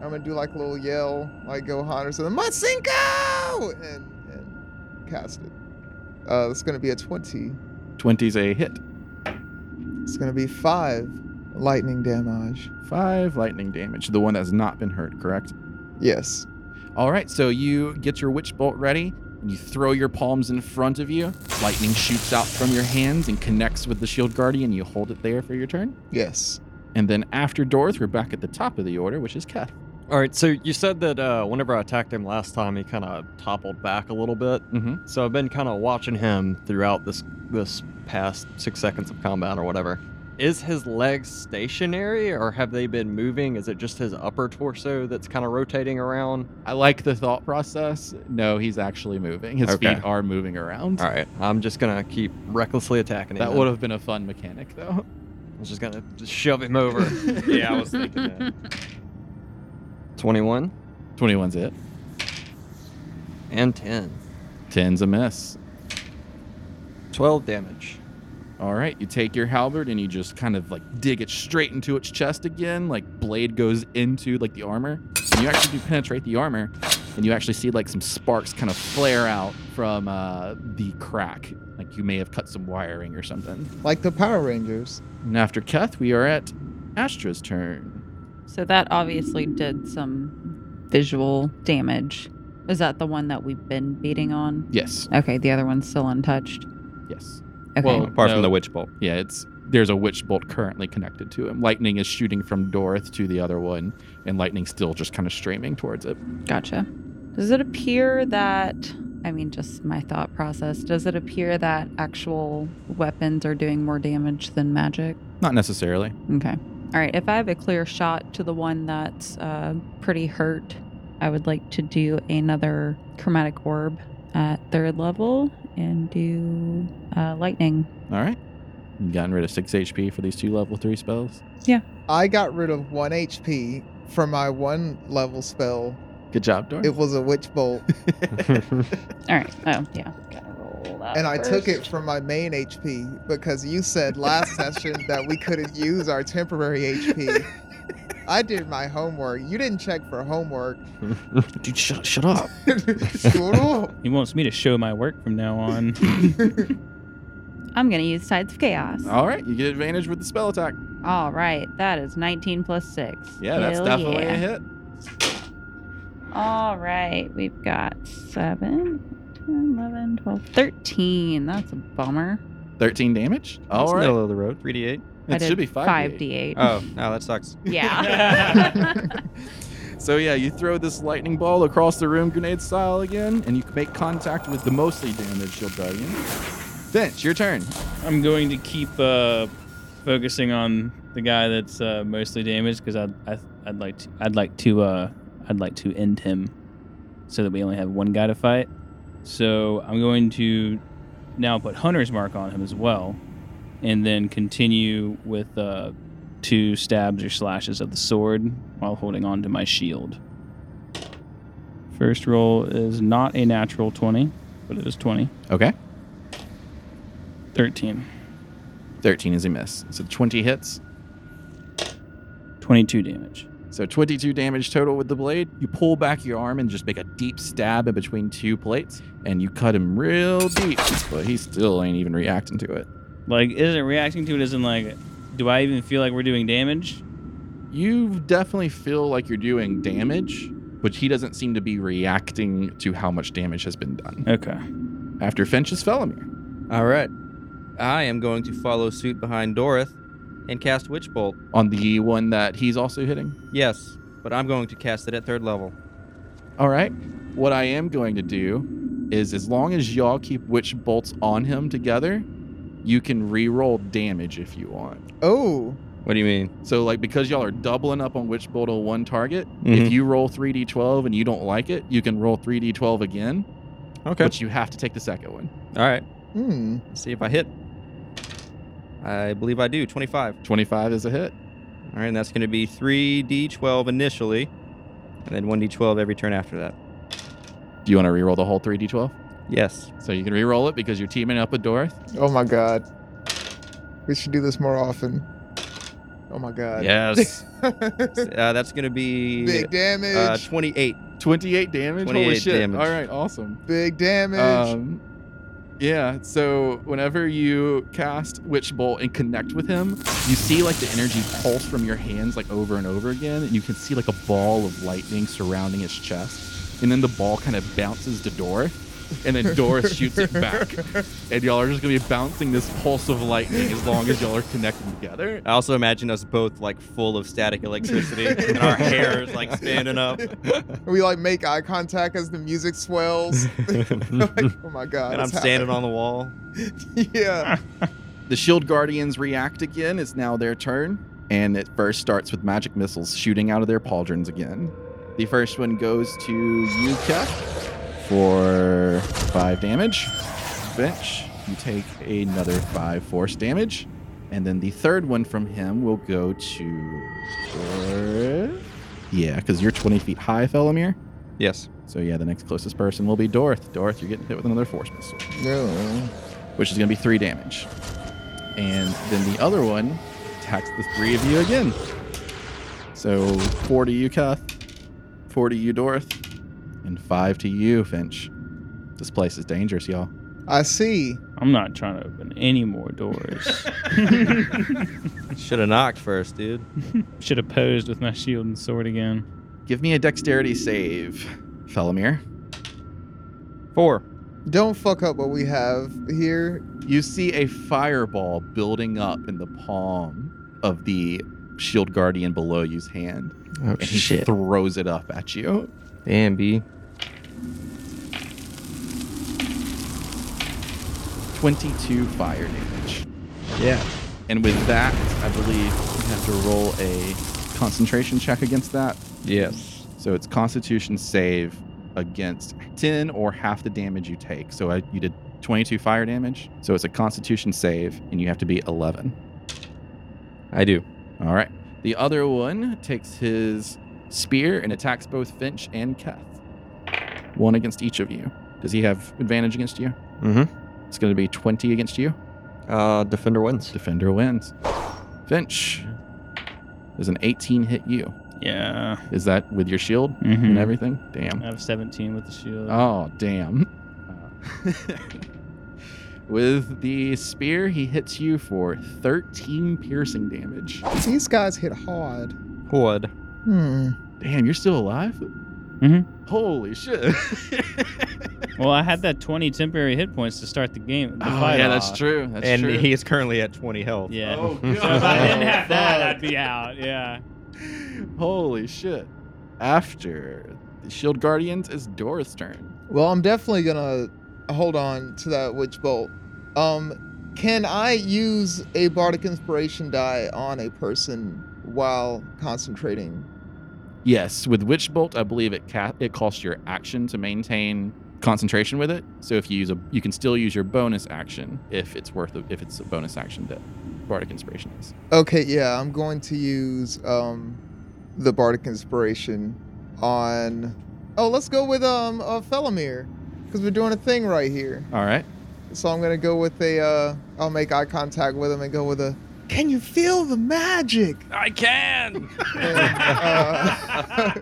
[SPEAKER 5] I'm gonna do like a little yell, like Gohan or something. Masinko! And and cast it. Uh, it's gonna be a twenty.
[SPEAKER 2] 20's a hit.
[SPEAKER 5] It's gonna be five lightning damage.
[SPEAKER 2] Five lightning damage. The one that has not been hurt, correct?
[SPEAKER 5] Yes.
[SPEAKER 2] All right, so you get your witch bolt ready. You throw your palms in front of you. Lightning shoots out from your hands and connects with the shield guardian. You hold it there for your turn.
[SPEAKER 5] Yes.
[SPEAKER 2] And then after Dorth, we're back at the top of the order, which is Keth.
[SPEAKER 7] All right, so you said that uh, whenever I attacked him last time, he kind of toppled back a little bit.
[SPEAKER 2] Mhm.
[SPEAKER 7] So I've been kind of watching him throughout this this past six seconds of combat or whatever. Is his legs stationary, or have they been moving? Is it just his upper torso that's kind of rotating around?
[SPEAKER 2] I like the thought process. No, he's actually moving. His
[SPEAKER 7] Okay.
[SPEAKER 2] feet are moving around.
[SPEAKER 7] All right, I'm just gonna keep recklessly attacking him.
[SPEAKER 2] That would have been a fun mechanic, though.
[SPEAKER 7] I'm just gonna just shove him over.
[SPEAKER 8] <laughs> yeah, I was thinking
[SPEAKER 7] <laughs>
[SPEAKER 8] that.
[SPEAKER 7] 21
[SPEAKER 2] 21's it.
[SPEAKER 7] and 10,
[SPEAKER 2] 10's a miss.
[SPEAKER 7] 12 <laughs> damage.
[SPEAKER 2] All right, you take your halberd and you just kind of like dig it straight into its chest again. Like blade goes into like the armor, and you actually do penetrate the armor, and you actually see like some sparks kind of flare out from uh, the crack. Like you may have cut some wiring or something.
[SPEAKER 5] Like the Power Rangers.
[SPEAKER 2] And after Keth, we are at Astra's turn.
[SPEAKER 6] So that obviously did some visual damage. Is that the one that we've been beating on?
[SPEAKER 2] Yes,
[SPEAKER 6] Okay, the other one's still untouched.
[SPEAKER 2] yes.
[SPEAKER 6] Okay.
[SPEAKER 2] Well,
[SPEAKER 8] Apart
[SPEAKER 2] no.
[SPEAKER 8] from the witch bolt.
[SPEAKER 2] Yeah, it's there's a witch bolt currently connected to him. Lightning is shooting from Dorth to the other one, and lightning's still just kind of streaming towards it.
[SPEAKER 6] Gotcha. Does it appear that, I mean, just my thought process, does it appear that actual weapons are doing more damage than magic?
[SPEAKER 2] Not necessarily.
[SPEAKER 6] Okay. All right. If I have a clear shot to the one that's uh, pretty hurt, I would like to do another chromatic orb at third level and do uh, lightning.
[SPEAKER 2] All right. You've gotten rid of 6 HP for these two level 3 spells.
[SPEAKER 5] I got rid of one HP from my one level spell.
[SPEAKER 2] Good job, Dor.
[SPEAKER 5] It was a witch bolt,
[SPEAKER 6] All right. Oh, yeah. Gotta roll that
[SPEAKER 5] and I took it
[SPEAKER 6] first.
[SPEAKER 5] from my main HP because you said last session that we couldn't use our temporary HP. I did my homework. You didn't check for homework.
[SPEAKER 7] Dude, shut, shut up.
[SPEAKER 3] <laughs> He wants me to show my work from now on.
[SPEAKER 6] I'm going to use Tides of Chaos.
[SPEAKER 2] All right. You get advantage with the spell attack.
[SPEAKER 6] All right. That is 19 plus 6.
[SPEAKER 2] Yeah, that's
[SPEAKER 6] Hell
[SPEAKER 2] definitely
[SPEAKER 6] yeah.
[SPEAKER 2] a hit.
[SPEAKER 6] All right, we've got 7, 10, 11, 12, 13. That's a bummer.
[SPEAKER 2] 13 damage. All right.
[SPEAKER 8] Middle of the road. <laughs> 3d8.
[SPEAKER 6] I
[SPEAKER 2] It
[SPEAKER 6] did
[SPEAKER 2] should be 5.
[SPEAKER 6] 5d8.
[SPEAKER 8] Oh, no, that sucks.
[SPEAKER 2] <laughs>
[SPEAKER 6] Yeah. <laughs>
[SPEAKER 2] So, yeah, you throw this lightning ball across the room, grenade style again, and you make contact with the mostly damaged Shieldbellion. Finch, your turn.
[SPEAKER 3] I'm going to keep uh, focusing on the guy that's uh, mostly damaged because I'd, I'd I'd like to I'd like to uh, I'd like to end him so that we only have one guy to fight. So I'm going to now put Hunter's Mark on him as well, and then continue with uh, two stabs or slashes of the sword while holding on to my shield. First roll is not a natural twenty, but it is twenty.
[SPEAKER 2] Okay.
[SPEAKER 3] 13.
[SPEAKER 2] 13 is a miss. So, 20 hits.
[SPEAKER 3] 22 damage.
[SPEAKER 2] So 22 damage total with the blade. You pull back your arm and just make a deep stab in between two plates, and you cut him real deep. But he still ain't even reacting to it.
[SPEAKER 3] Like, isn't reacting to it isn't like, do I even feel like we're doing damage?
[SPEAKER 2] You definitely feel like you're doing damage, but he doesn't seem to be reacting to how much damage has been done.
[SPEAKER 3] Okay.
[SPEAKER 2] After Finch is Felomir.
[SPEAKER 8] All right. I am going to follow suit behind Dorith and cast Witch Bolt.
[SPEAKER 2] On the one that he's also hitting.
[SPEAKER 8] Yes, but I'm going to cast it at third level.
[SPEAKER 2] All right. What I am going to do is as long as y'all keep witch bolts on him together, you can re-roll damage if you want.
[SPEAKER 5] Oh,
[SPEAKER 8] What do you mean?
[SPEAKER 2] So like because y'all are doubling up on Witch Bolt on one target,
[SPEAKER 8] Mhm.
[SPEAKER 2] if you roll 3d12 and you don't like it, you can roll 3d12 again,
[SPEAKER 8] Okay.
[SPEAKER 2] but you have to take the second one.
[SPEAKER 8] All right.
[SPEAKER 5] hmm.
[SPEAKER 8] Let's see if I hit. I believe I do. 25.
[SPEAKER 2] 25 is a hit.
[SPEAKER 8] All right, and that's going to be 3d12 initially, and then 1d12 every turn after that.
[SPEAKER 2] Do you want to re-roll the whole 3d12?
[SPEAKER 8] Yes.
[SPEAKER 2] So you can re-roll it because you're teaming up with Dorth.
[SPEAKER 5] Oh my god. We should do this more often. Oh my god.
[SPEAKER 2] Yes.
[SPEAKER 8] Uh, that's going to be
[SPEAKER 5] Big damage.
[SPEAKER 8] uh, 28.
[SPEAKER 2] 28 damage.
[SPEAKER 8] 28
[SPEAKER 2] Holy shit.
[SPEAKER 8] damage.
[SPEAKER 2] All right, awesome.
[SPEAKER 5] Big damage.
[SPEAKER 8] uh,
[SPEAKER 2] Um, yeah, so whenever you cast Witch Bolt and connect with him, you see like the energy pulse from your hands like over and over again, and you can see like a ball of lightning surrounding his chest. And then the ball kind of bounces to Dorth, and then Doris shoots it back. And y'all are just gonna be bouncing this pulse of lightning as long as y'all are connected together.
[SPEAKER 8] I also imagine us both like full of static electricity and our hair is like standing up.
[SPEAKER 5] We like make eye contact as the music
[SPEAKER 8] <laughs>
[SPEAKER 5] swells. <laughs> Like, oh my god!
[SPEAKER 8] And I'm
[SPEAKER 5] it's
[SPEAKER 8] standing on the wall.
[SPEAKER 5] happening. <laughs> yeah.
[SPEAKER 2] The shield guardians react again. It's now their turn. And it first starts with magic missiles shooting out of their pauldrons again. The first one goes to you, Kef, for five damage. Bench, you take another five force damage. And then the third one from him will go to. Dorth. Yeah, because you're 20 feet high, Felomir.
[SPEAKER 8] Yes.
[SPEAKER 2] So, yeah, the next closest person will be Dorth. Dorth, you're getting hit with another force missile
[SPEAKER 5] No.
[SPEAKER 2] which is going to be three damage. And then the other one attacks the three of you again. So four to you, Kath, four to you, Dorth, and five to you, Finch. This place is dangerous, y'all.
[SPEAKER 5] I see.
[SPEAKER 3] I'm not trying to open any more <laughs> doors.
[SPEAKER 8] Should have knocked first, dude.
[SPEAKER 3] Should have posed with my shield and sword again.
[SPEAKER 2] Give me a dexterity save, Felomir.
[SPEAKER 8] Four.
[SPEAKER 5] Don't fuck up what we have here.
[SPEAKER 2] You see a fireball building up in the palm of the shield guardian below you's hand,
[SPEAKER 7] Oh
[SPEAKER 2] and he throws it up at you.
[SPEAKER 8] Damn, B.
[SPEAKER 2] 22 fire damage.
[SPEAKER 7] Yeah.
[SPEAKER 2] And with that, I believe you have to roll a concentration check against that.
[SPEAKER 8] Yes.
[SPEAKER 2] So it's constitution save against 10 or half the damage you take. So I, you did 22 fire damage. So it's a constitution save, and you have to be 11.
[SPEAKER 8] I do.
[SPEAKER 2] All right. The other one takes his spear and attacks both Finch and Keth. One against each of you. Does he have advantage against you?
[SPEAKER 7] Mm-hmm.
[SPEAKER 2] It's going to be 20 against you.
[SPEAKER 7] Uh, defender wins.
[SPEAKER 2] Defender wins. Finch, there's an 18 hit you.
[SPEAKER 3] Yeah.
[SPEAKER 2] Is that with your shield
[SPEAKER 8] Mm-hmm.
[SPEAKER 2] and
[SPEAKER 3] Mhm.
[SPEAKER 2] everything? Damn.
[SPEAKER 3] I have 17 with the shield.
[SPEAKER 2] Oh,
[SPEAKER 8] <laughs>
[SPEAKER 2] damn. Uh, with the spear, he hits you for 13 piercing damage.
[SPEAKER 5] These guys hit hard.
[SPEAKER 8] Quad.
[SPEAKER 5] Hmm.
[SPEAKER 2] Damn, you're still alive?
[SPEAKER 3] Mhm.
[SPEAKER 8] Mm-hmm.
[SPEAKER 2] Holy
[SPEAKER 8] <laughs>
[SPEAKER 2] shit.
[SPEAKER 3] Well, I had that 20 temporary hit points to start the game. The
[SPEAKER 2] Oh,
[SPEAKER 3] fight
[SPEAKER 2] yeah,
[SPEAKER 3] off.
[SPEAKER 2] that's true. That's
[SPEAKER 8] and
[SPEAKER 2] true.
[SPEAKER 8] he is currently at 20 health.
[SPEAKER 3] Yeah.
[SPEAKER 1] Oh,
[SPEAKER 3] So if I didn't
[SPEAKER 1] God.
[SPEAKER 3] <laughs> have that, I'd be out. Yeah.
[SPEAKER 2] Holy shit. After the Shield Guardians is Dora's turn.
[SPEAKER 5] Well, I'm definitely gonna hold on to that witch bolt. Um, can I use a bardic inspiration die on a person while concentrating?
[SPEAKER 2] Yes, with Witch Bolt, I believe it ca- it costs your action to maintain concentration with it. So if you use a, you can still use your bonus action if it's worth of, if it's a bonus action that Bardic Inspiration is.
[SPEAKER 5] Okay, yeah, I'm going to use um the bardic inspiration on. Oh, let's go with um a Felomir because we're doing a thing right here.
[SPEAKER 2] All right.
[SPEAKER 5] So I'm gonna go with a. Uh, I'll make eye contact with him and go with a. Can you feel the magic?
[SPEAKER 11] I can.
[SPEAKER 5] And, <laughs> uh,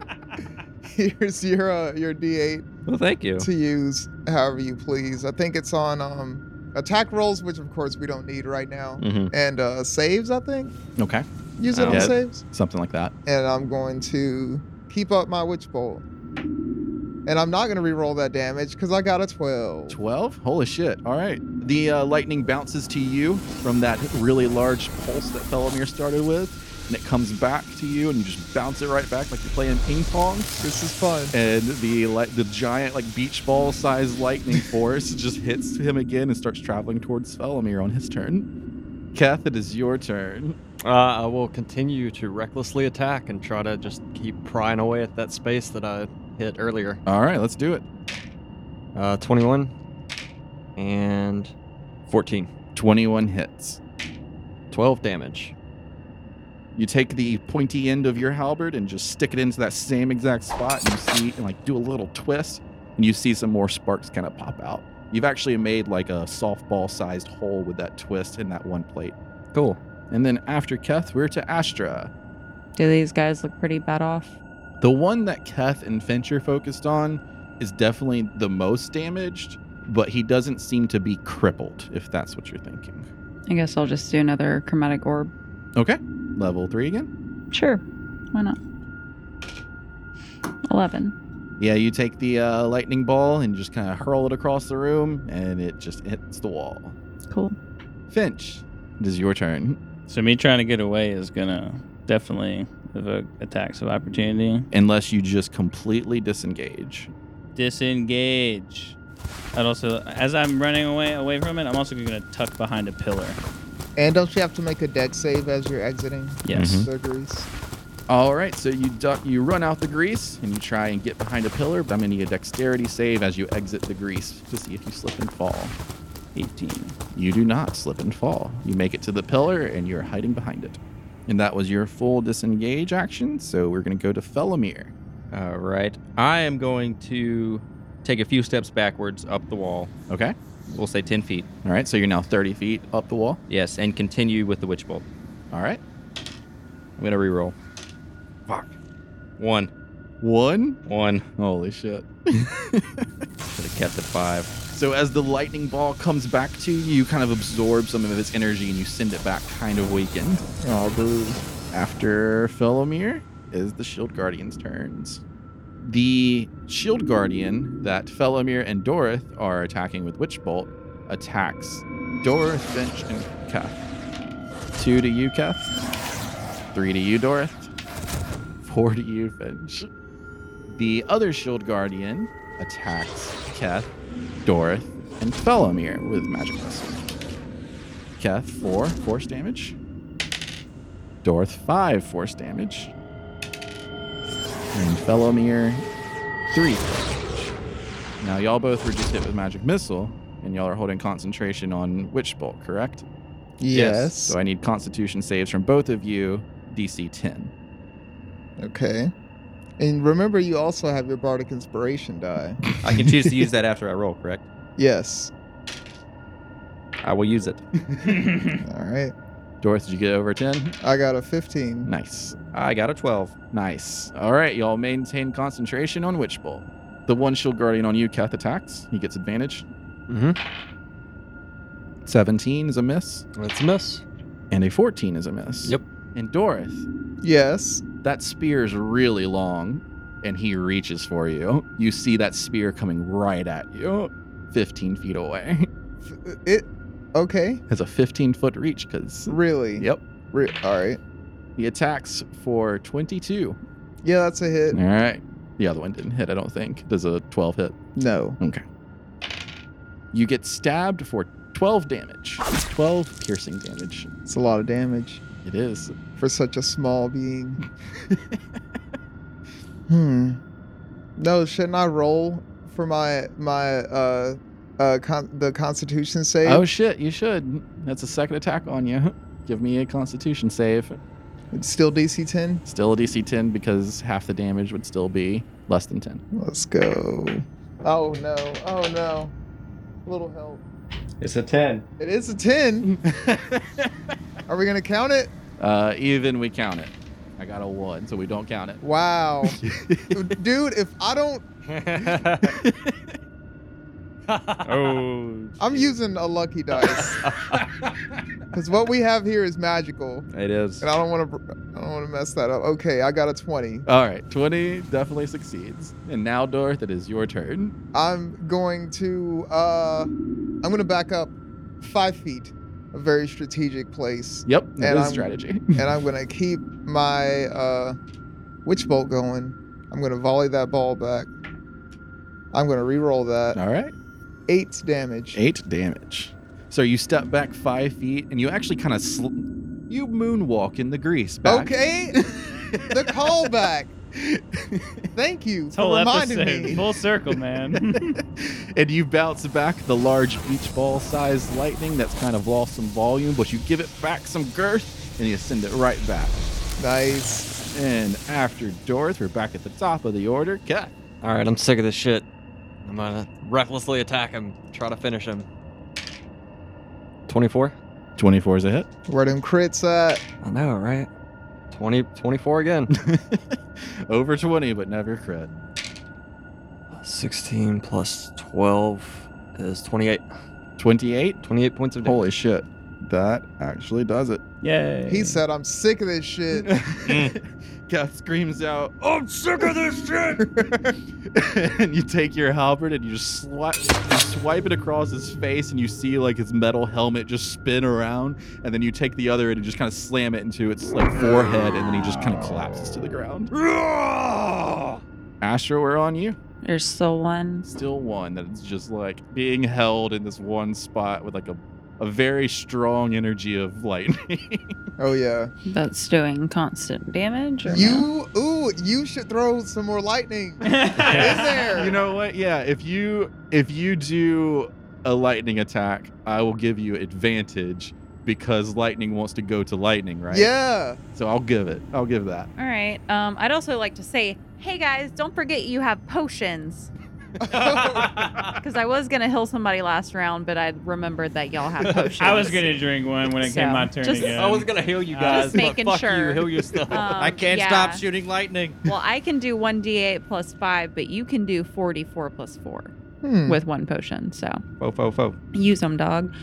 [SPEAKER 5] <laughs> here's your uh, your D8
[SPEAKER 8] Well, thank you.
[SPEAKER 5] to use however you please. I think it's on um, attack rolls, which of course we don't need right now,
[SPEAKER 8] Mhm.
[SPEAKER 5] and uh, saves. I think
[SPEAKER 2] Okay.
[SPEAKER 5] use it on
[SPEAKER 2] Yeah.
[SPEAKER 5] saves,
[SPEAKER 2] Something like that.
[SPEAKER 5] and I'm going to keep up my witch bolt, and I'm not gonna re-roll that damage because I got a 12.
[SPEAKER 2] 12? Holy shit. All right. The uh, lightning bounces to you from that really large pulse that Felomir started with, and it comes back to you, and you just bounce it right back like you're playing ping pong.
[SPEAKER 5] This is fun.
[SPEAKER 2] and the like the giant like beach ball sized lightning force just hits him again and starts traveling towards Felomir on his turn. Kath, it is your turn.
[SPEAKER 7] Uh, I will continue to recklessly attack and try to just keep prying away at that space that I hit earlier.
[SPEAKER 2] All right, let's do it.
[SPEAKER 7] Uh, 21 and 14.
[SPEAKER 2] 21 hits.
[SPEAKER 7] 12 damage.
[SPEAKER 2] You take the pointy end of your halberd and just stick it into that same exact spot, and you see, and like do a little twist, and you see some more sparks kind of pop out. You've actually made like a softball sized hole with that twist in that one plate.
[SPEAKER 7] Cool.
[SPEAKER 2] And then after Keth, we're to Astra.
[SPEAKER 6] Do these guys look pretty bad off?
[SPEAKER 2] The one that Keth and Fincher focused on is definitely the most damaged, but he doesn't seem to be crippled, if that's what you're thinking.
[SPEAKER 6] I guess I'll just do another chromatic orb.
[SPEAKER 2] Okay. Level three again.
[SPEAKER 6] Sure. Why not? 11.
[SPEAKER 2] Yeah, you take the uh, lightning ball and just kind of hurl it across the room, and it just hits the wall.
[SPEAKER 6] Cool.
[SPEAKER 2] Finch, it is your turn.
[SPEAKER 3] So me trying to get away is gonna definitely evoke attacks of opportunity.
[SPEAKER 2] Unless you just completely disengage.
[SPEAKER 3] Disengage. I'd also, as I'm running away away from it, I'm also gonna tuck behind a pillar.
[SPEAKER 5] And don't you have to make a deck save as you're exiting?
[SPEAKER 3] Yes.
[SPEAKER 5] The grease.
[SPEAKER 2] All right, so you duck, you run out the grease, and you try and get behind a pillar. But I'm gonna need a dexterity save as you exit the grease to see if you slip and fall.
[SPEAKER 3] 18.
[SPEAKER 2] You do not slip and fall. You make it to the pillar, and you're hiding behind it. And that was your full disengage action. So we're gonna go to Felomir.
[SPEAKER 8] All right. I am going to take a few steps backwards up the wall.
[SPEAKER 2] Okay.
[SPEAKER 8] We'll say 10 feet.
[SPEAKER 2] All right, so you're now 30 feet up the wall.
[SPEAKER 8] Yes, and continue with the witch bolt.
[SPEAKER 2] All right.
[SPEAKER 8] I'm going to reroll. Fuck. One.
[SPEAKER 2] One.
[SPEAKER 8] One.
[SPEAKER 2] Holy
[SPEAKER 5] <laughs>
[SPEAKER 2] shit.
[SPEAKER 8] Should have kept it five.
[SPEAKER 2] So as the lightning ball comes back to you, you kind of absorb some of its energy and you send it back kind of weakened.
[SPEAKER 5] Oh, boo.
[SPEAKER 2] After Felomir is the Shield Guardian's turns. The Shield Guardian that Felomir and Doroth are attacking with Witch Bolt attacks Doroth, Finch, and Keth. Two to you, Keth. Three to you, Doroth. Four to you, Finch. The other Shield E Guardian attacks Keth, Doroth, and Felomir with Magic Missile. Keth, four force damage. Doroth, five force damage. And Felomir, three force damage. Now, y'all both were just hit with Magic Missile, and y'all are holding concentration on Witch Bolt, correct?
[SPEAKER 5] Yes.
[SPEAKER 2] So I need Constitution saves from both of you, DC 10.
[SPEAKER 5] Okay. And remember, you also have your bardic inspiration die.
[SPEAKER 8] I can choose to use that after I roll, correct?
[SPEAKER 5] yes.
[SPEAKER 8] I will use it.
[SPEAKER 5] All right.
[SPEAKER 2] Doroth, did you get over 10?
[SPEAKER 5] I got a 15.
[SPEAKER 2] Nice.
[SPEAKER 8] I got a 12.
[SPEAKER 2] Nice. All right, y'all maintain concentration on Witch Bolt. The one shield guardian on you, Keth, attacks. He gets advantage.
[SPEAKER 7] Mm-hmm.
[SPEAKER 2] 17 is a miss,
[SPEAKER 7] That's a <laughs> miss.
[SPEAKER 2] and a 14 is a miss.
[SPEAKER 7] Yep.
[SPEAKER 2] And Doroth,
[SPEAKER 5] Yes.
[SPEAKER 2] that spear is really long, and he reaches for you. You see that spear coming right at you, 15 feet away. <laughs>
[SPEAKER 5] F- It. Okay.
[SPEAKER 2] Has a 15 foot reach because.
[SPEAKER 5] Really?
[SPEAKER 2] Yep.
[SPEAKER 5] Re- all right.
[SPEAKER 2] He attacks for 22.
[SPEAKER 5] Yeah, that's a hit.
[SPEAKER 2] All right. The other one didn't hit, I don't think. Does a 12 hit?
[SPEAKER 5] No.
[SPEAKER 2] You get stabbed for 12 damage. 12 piercing damage.
[SPEAKER 5] It's a lot of damage
[SPEAKER 2] It is.
[SPEAKER 5] for such a small being. hmm. No, shouldn't I roll for my my uh uh con- the Constitution save?
[SPEAKER 2] Oh shit, you should. That's a second attack on you. <laughs> Give me a constitution save.
[SPEAKER 5] it's still DC 10.
[SPEAKER 2] Still a DC 10 because half the damage would still be less than 10.
[SPEAKER 5] Let's go. Oh no. Oh no. Little help.
[SPEAKER 12] It's a
[SPEAKER 3] <laughs>
[SPEAKER 12] 10.
[SPEAKER 5] It is a 10. Are we going to count it?
[SPEAKER 2] Uh, even we count it. I got a 1, so we don't count it.
[SPEAKER 5] Wow. Dude, if I don't,
[SPEAKER 12] Oh.
[SPEAKER 5] I'm using a lucky dice. Because what we have here is magical.
[SPEAKER 8] It is.
[SPEAKER 5] And I don't want to, I don't want to mess that up. Okay, I got a 20.
[SPEAKER 2] All right, 20 definitely succeeds. And now, Dorth, it is your turn.
[SPEAKER 5] I'm going to, uh, I'm going to back up five feet, a very strategic place.
[SPEAKER 2] Yep, that
[SPEAKER 5] And
[SPEAKER 2] is
[SPEAKER 5] I'm-
[SPEAKER 2] strategy. <laughs>
[SPEAKER 5] and I'm gonna keep my uh, witch bolt going. I'm gonna volley that ball back. I'm gonna re-roll that.
[SPEAKER 2] All right.
[SPEAKER 5] Eight damage.
[SPEAKER 2] Eight damage. So you step back five feet, and you actually kind of sl- you moonwalk in the grease. Back.
[SPEAKER 5] Okay. <laughs> the callback. Thank you
[SPEAKER 3] This
[SPEAKER 5] for
[SPEAKER 3] whole
[SPEAKER 5] reminding
[SPEAKER 3] episode,
[SPEAKER 5] me.
[SPEAKER 3] <laughs> full circle, man. <laughs>
[SPEAKER 2] and you bounce back the large beach ball sized lightning that's kind of lost some volume, but you give it back some girth, and you send it right back.
[SPEAKER 5] Nice.
[SPEAKER 2] And after Dorth, we're back at the top of the order. Cat.
[SPEAKER 7] All right, I'm sick of this shit. I'm gonna recklessly attack him, try to finish him. 24?
[SPEAKER 2] 24 is a hit. <laughs>
[SPEAKER 5] Where them crits at?
[SPEAKER 7] I know, right? 20, 24 <laughs> again.
[SPEAKER 2] Over 20, but never crit.
[SPEAKER 7] 16 plus 12 is 28.
[SPEAKER 2] 28.
[SPEAKER 7] 28 points of damage.
[SPEAKER 2] Holy shit.
[SPEAKER 13] That actually does it.
[SPEAKER 3] Yay.
[SPEAKER 5] He
[SPEAKER 3] <laughs>
[SPEAKER 5] said, I'm sick of this shit.
[SPEAKER 2] <laughs> Mm.
[SPEAKER 14] <laughs>
[SPEAKER 15] Kath screams out,
[SPEAKER 14] I'm sick of this shit!
[SPEAKER 2] <laughs> and you take your halberd and you just swipe, you swipe it across his face, and you see like his metal helmet just spin around. And then you take the other and you just kind of slam it into its like forehead, and then he just kind of collapses to
[SPEAKER 14] <laughs>
[SPEAKER 2] the ground. Asher, we're on you.
[SPEAKER 6] There's still one.
[SPEAKER 2] Still one that is just like being held in this one spot with like a, a very strong energy of <laughs> lightning.
[SPEAKER 5] oh yeah.
[SPEAKER 6] That's doing constant damage. Or no?
[SPEAKER 5] You ooh, you should throw some more lightning. in there.
[SPEAKER 2] You know what? Yeah, if you if you do a lightning attack, I will give you advantage because lightning wants to go to lightning, <laughs> right?
[SPEAKER 5] Yeah.
[SPEAKER 2] So I'll give it. I'll give that.
[SPEAKER 6] All right. Um, I'd also like to say, hey guys, don't forget you have potions. Because I was gonna heal somebody last round, but I remembered that y'all have potions.
[SPEAKER 3] I was gonna drink one when it
[SPEAKER 6] So,
[SPEAKER 3] came my turn
[SPEAKER 6] just-
[SPEAKER 3] again.
[SPEAKER 7] I was gonna heal you
[SPEAKER 3] Uh,
[SPEAKER 7] guys,
[SPEAKER 6] just
[SPEAKER 7] but
[SPEAKER 6] making
[SPEAKER 7] fuck
[SPEAKER 6] sure.
[SPEAKER 7] you, heal yourself.
[SPEAKER 6] Um,
[SPEAKER 8] I can't
[SPEAKER 6] yeah.
[SPEAKER 8] stop shooting lightning.
[SPEAKER 6] Well, I can do one d8 plus five, but you can do 44 plus four
[SPEAKER 5] Hmm.
[SPEAKER 6] with one potion. So
[SPEAKER 8] Fo fo fo.
[SPEAKER 6] use them, dog.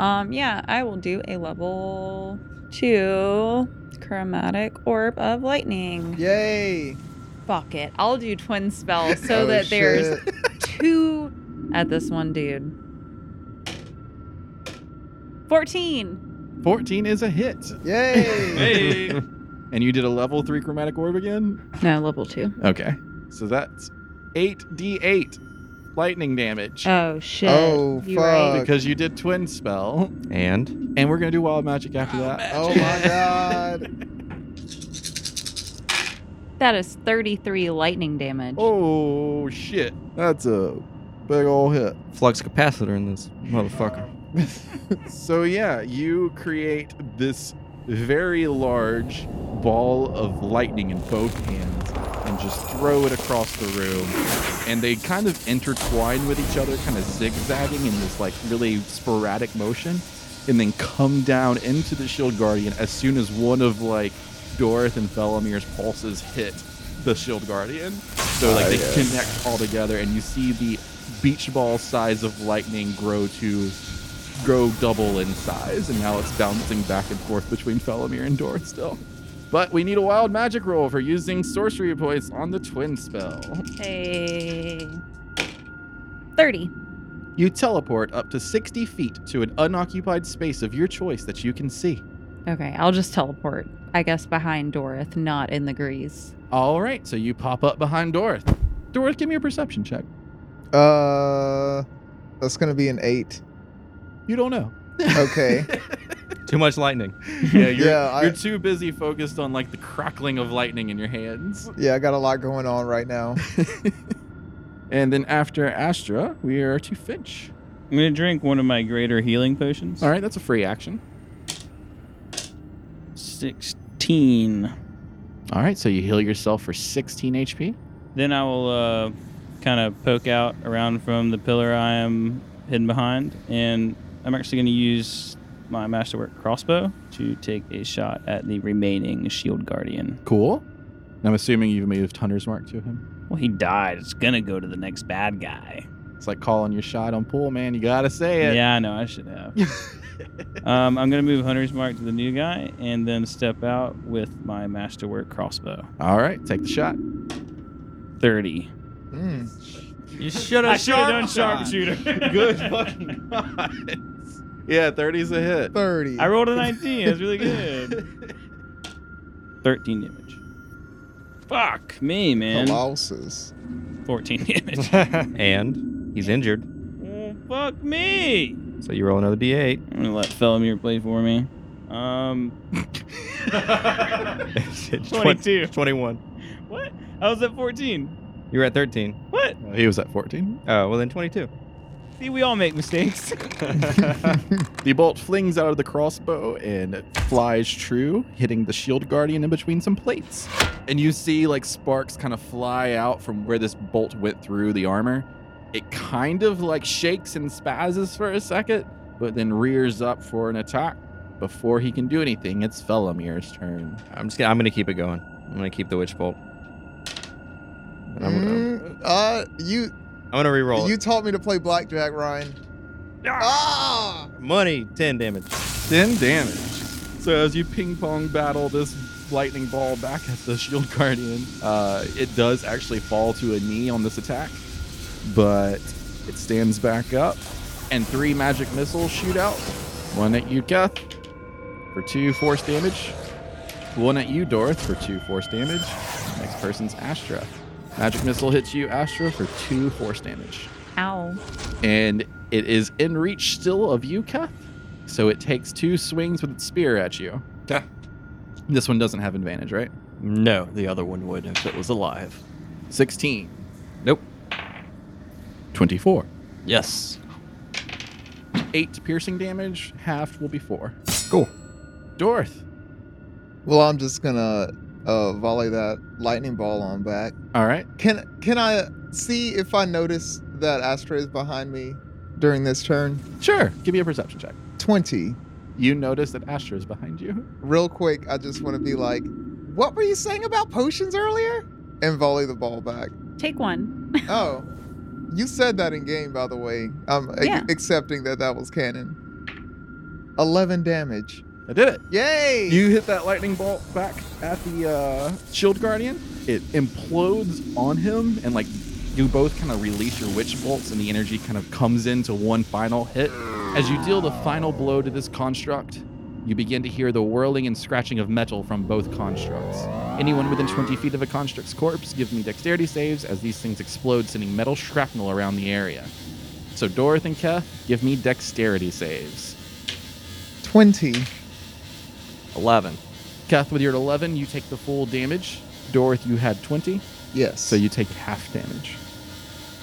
[SPEAKER 6] Um, yeah, I will do a level two chromatic orb of lightning.
[SPEAKER 5] Yay.
[SPEAKER 6] Fuck it, I'll do
[SPEAKER 5] <laughs>
[SPEAKER 6] twin spell so
[SPEAKER 5] Oh,
[SPEAKER 6] that there's
[SPEAKER 5] shit.
[SPEAKER 6] two at this one dude. 14.
[SPEAKER 2] 14 is a hit.
[SPEAKER 5] Yay.
[SPEAKER 3] Hey.
[SPEAKER 2] And you did a level three chromatic orb again?
[SPEAKER 6] No, level two.
[SPEAKER 2] Okay. So that's 8d8 lightning damage.
[SPEAKER 6] Oh, shit.
[SPEAKER 5] Oh,
[SPEAKER 6] You right.
[SPEAKER 5] fuck.
[SPEAKER 2] because you did twin spell.
[SPEAKER 8] And
[SPEAKER 2] And we're going to do wild magic after that.
[SPEAKER 5] Oh my god.
[SPEAKER 6] That is 33 lightning damage.
[SPEAKER 2] Oh, shit.
[SPEAKER 13] That's a big old hit.
[SPEAKER 8] Flux capacitor in this motherfucker.
[SPEAKER 2] So, yeah, you create this very large ball of lightning in both hands and just throw it across the room. And they kind of intertwine with each other, kind of zigzagging in this like really sporadic motion, and then come down into the shield guardian as soon as one of like Dorith and Felomir's pulses hit the shield guardian. So like they connect all together, and you see the beach ball size of lightning grow to grow double in size, and now it's bouncing back and forth between Felomir and Dorth still. But we need a wild magic roll for using sorcery points on the twin spell.
[SPEAKER 6] Hey. 30.
[SPEAKER 2] You teleport up to 60 feet to an unoccupied space of your choice that you can see.
[SPEAKER 6] Okay, I'll just teleport. I guess behind Dorith, not in the grease.
[SPEAKER 2] All right, so you pop up behind Dorth. Dorth, give me a perception check.
[SPEAKER 5] Uh that's gonna be an eight.
[SPEAKER 2] You don't know.
[SPEAKER 5] Okay.
[SPEAKER 8] Too much lightning.
[SPEAKER 2] <laughs> Yeah, you're,
[SPEAKER 5] Yeah, I-
[SPEAKER 2] you're too busy focused on like the crackling of lightning in your hands.
[SPEAKER 5] yeah, I got a lot going on right now.
[SPEAKER 2] And then after Astra, we are to Finch.
[SPEAKER 3] I'm gonna drink one of my greater healing potions.
[SPEAKER 2] All right, that's a free action.
[SPEAKER 3] 16.
[SPEAKER 2] All right, so you heal yourself for 16 HP.
[SPEAKER 3] Then I will uh, kind of poke out around from the pillar I am hidden behind, and I'm actually going to use my masterwork crossbow to take a shot at the remaining shield guardian.
[SPEAKER 2] Cool. I'm assuming you've moved Hunter's Mark to him.
[SPEAKER 3] Well, he died. It's going to go to the next bad guy.
[SPEAKER 2] It's like calling your shot on pool, man. You gotta say it.
[SPEAKER 3] Yeah, I know. I should have. um, I'm going to move Hunter's Mark to the new guy, and then step out with my masterwork crossbow.
[SPEAKER 2] All right, take the shot.
[SPEAKER 3] 30.
[SPEAKER 5] Mm.
[SPEAKER 8] You should have
[SPEAKER 2] Good fucking God. Yeah, 30's a hit.
[SPEAKER 5] Thirty.
[SPEAKER 3] I rolled a 19. That's really good. <laughs> 13 damage. Fuck me, man.
[SPEAKER 5] Colossus.
[SPEAKER 3] <laughs> 14 damage.
[SPEAKER 8] And he's injured.
[SPEAKER 3] oh, fuck me.
[SPEAKER 8] So you roll another <laughs> d8.
[SPEAKER 3] I'm going to let Felomir play for me. Um, 22.
[SPEAKER 8] 21.
[SPEAKER 3] what? I was at 14.
[SPEAKER 8] You were at 13.
[SPEAKER 3] What?
[SPEAKER 2] He was at 14.
[SPEAKER 8] Oh, well then 22.
[SPEAKER 3] See, we all make mistakes.
[SPEAKER 2] The bolt flings out of the crossbow and flies true, hitting the shield guardian in between some plates. And you see like sparks kind of fly out from where this bolt went through the armor. It kind of like shakes and spazzes for a second, but then rears up for an attack. Before he can do anything, it's Felomir's turn.
[SPEAKER 8] I'm just gonna, I'm gonna keep it going. I'm gonna keep the witch bolt. And I'm gonna,
[SPEAKER 5] Mm, uh you
[SPEAKER 8] I'm gonna reroll.
[SPEAKER 5] you
[SPEAKER 8] it.
[SPEAKER 5] taught me to play blackjack, Ryan. Ah!
[SPEAKER 8] Money, 10 damage.
[SPEAKER 2] 10 damage. So as you ping pong battle this lightning ball back at the shield guardian, uh, it does actually fall to a knee on this attack, but it stands back up, and three magic missiles shoot out. One at you, Keth, for two force damage. One at you, Dorth, for two force damage. Next person's Astra. Magic missile hits you, Astra, for two force damage
[SPEAKER 6] Ow.
[SPEAKER 2] and it is in reach still of you, Kath. So it takes two swings with its spear at you.
[SPEAKER 1] Okay.
[SPEAKER 2] This one doesn't have advantage, right?
[SPEAKER 7] No, the other one would if it was alive.
[SPEAKER 2] 16,
[SPEAKER 7] Nope.
[SPEAKER 2] 24,
[SPEAKER 7] Yes.
[SPEAKER 2] 8 piercing damage, half will be 4.
[SPEAKER 7] Cool.
[SPEAKER 2] Dorth.
[SPEAKER 5] Well, I'm just gonna uh, volley that lightning ball on back.
[SPEAKER 2] All right.
[SPEAKER 5] Can can I see if I notice that Astra is behind me during this turn?
[SPEAKER 2] Sure. Give me a perception check.
[SPEAKER 5] Twenty.
[SPEAKER 2] You notice that Astra is behind you.
[SPEAKER 5] Real quick, I just want to be like, what were you saying about potions earlier? And volley the ball back.
[SPEAKER 6] Take one.
[SPEAKER 5] oh, you said that in game, by the way. I'm a-
[SPEAKER 6] Yeah.
[SPEAKER 5] accepting that that was canon. Eleven damage.
[SPEAKER 2] I did it.
[SPEAKER 5] Yay!
[SPEAKER 2] You hit that lightning bolt back at the uh, shield guardian. It implodes on him, and like you both kind of release your witch bolts, and the energy kind of comes into one final hit. As you deal the final blow to this construct, you begin to hear the whirling and scratching of metal from both constructs. Anyone within 20 feet of a construct's corpse, give me dexterity saves as these things explode, sending metal shrapnel around the area. So, Dorothy and Keth, give me dexterity saves.
[SPEAKER 5] Twenty.
[SPEAKER 7] 11.
[SPEAKER 2] Kath, with your 11, you take the full damage. Dorth, you had 20,
[SPEAKER 5] Yes.
[SPEAKER 2] so you take half damage.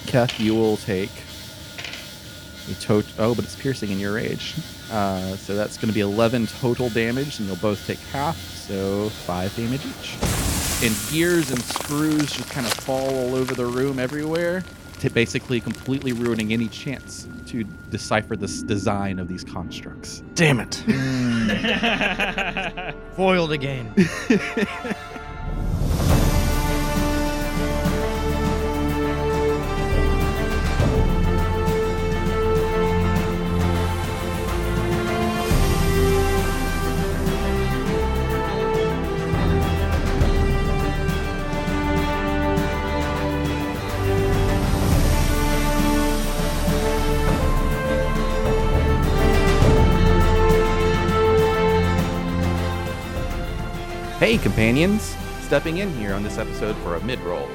[SPEAKER 2] Kath, you will take a total. Oh, but it's piercing in your rage. Uh, so that's going to be 11 total damage, and you'll both take half, so 5 damage each. And gears and screws just kind of fall all over the room everywhere, to basically completely ruining any chance to decipher this design of these constructs.
[SPEAKER 7] Damn it. Foiled again.
[SPEAKER 1] Hey, companions! Stepping in here on this episode for a mid roll.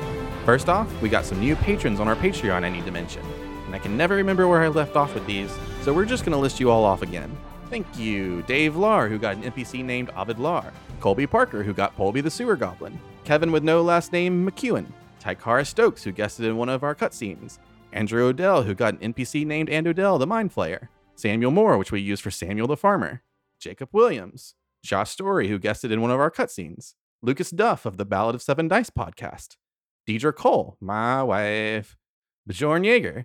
[SPEAKER 1] First off, we got some new patrons on our Patreon I need to mention. And I can never remember where I left off with these, so we're just going to list you all off again. Thank you, Dave Lar, who got an NPC named Ovid Lar, Colby Parker, who got Polby the Sewer Goblin, Kevin with no last name McEwen, Tykara Stokes, who guested in one of our cutscenes, Andrew Odell, who got an NPC named And Odell the Mind Flayer, Samuel Moore, which we use for Samuel the Farmer, Jacob Williams, Josh Story, who guested in one of our cutscenes, Lucas Duff of the Ballad of Seven Dice podcast, Deidre Cole, my wife, Bjorn Jaeger,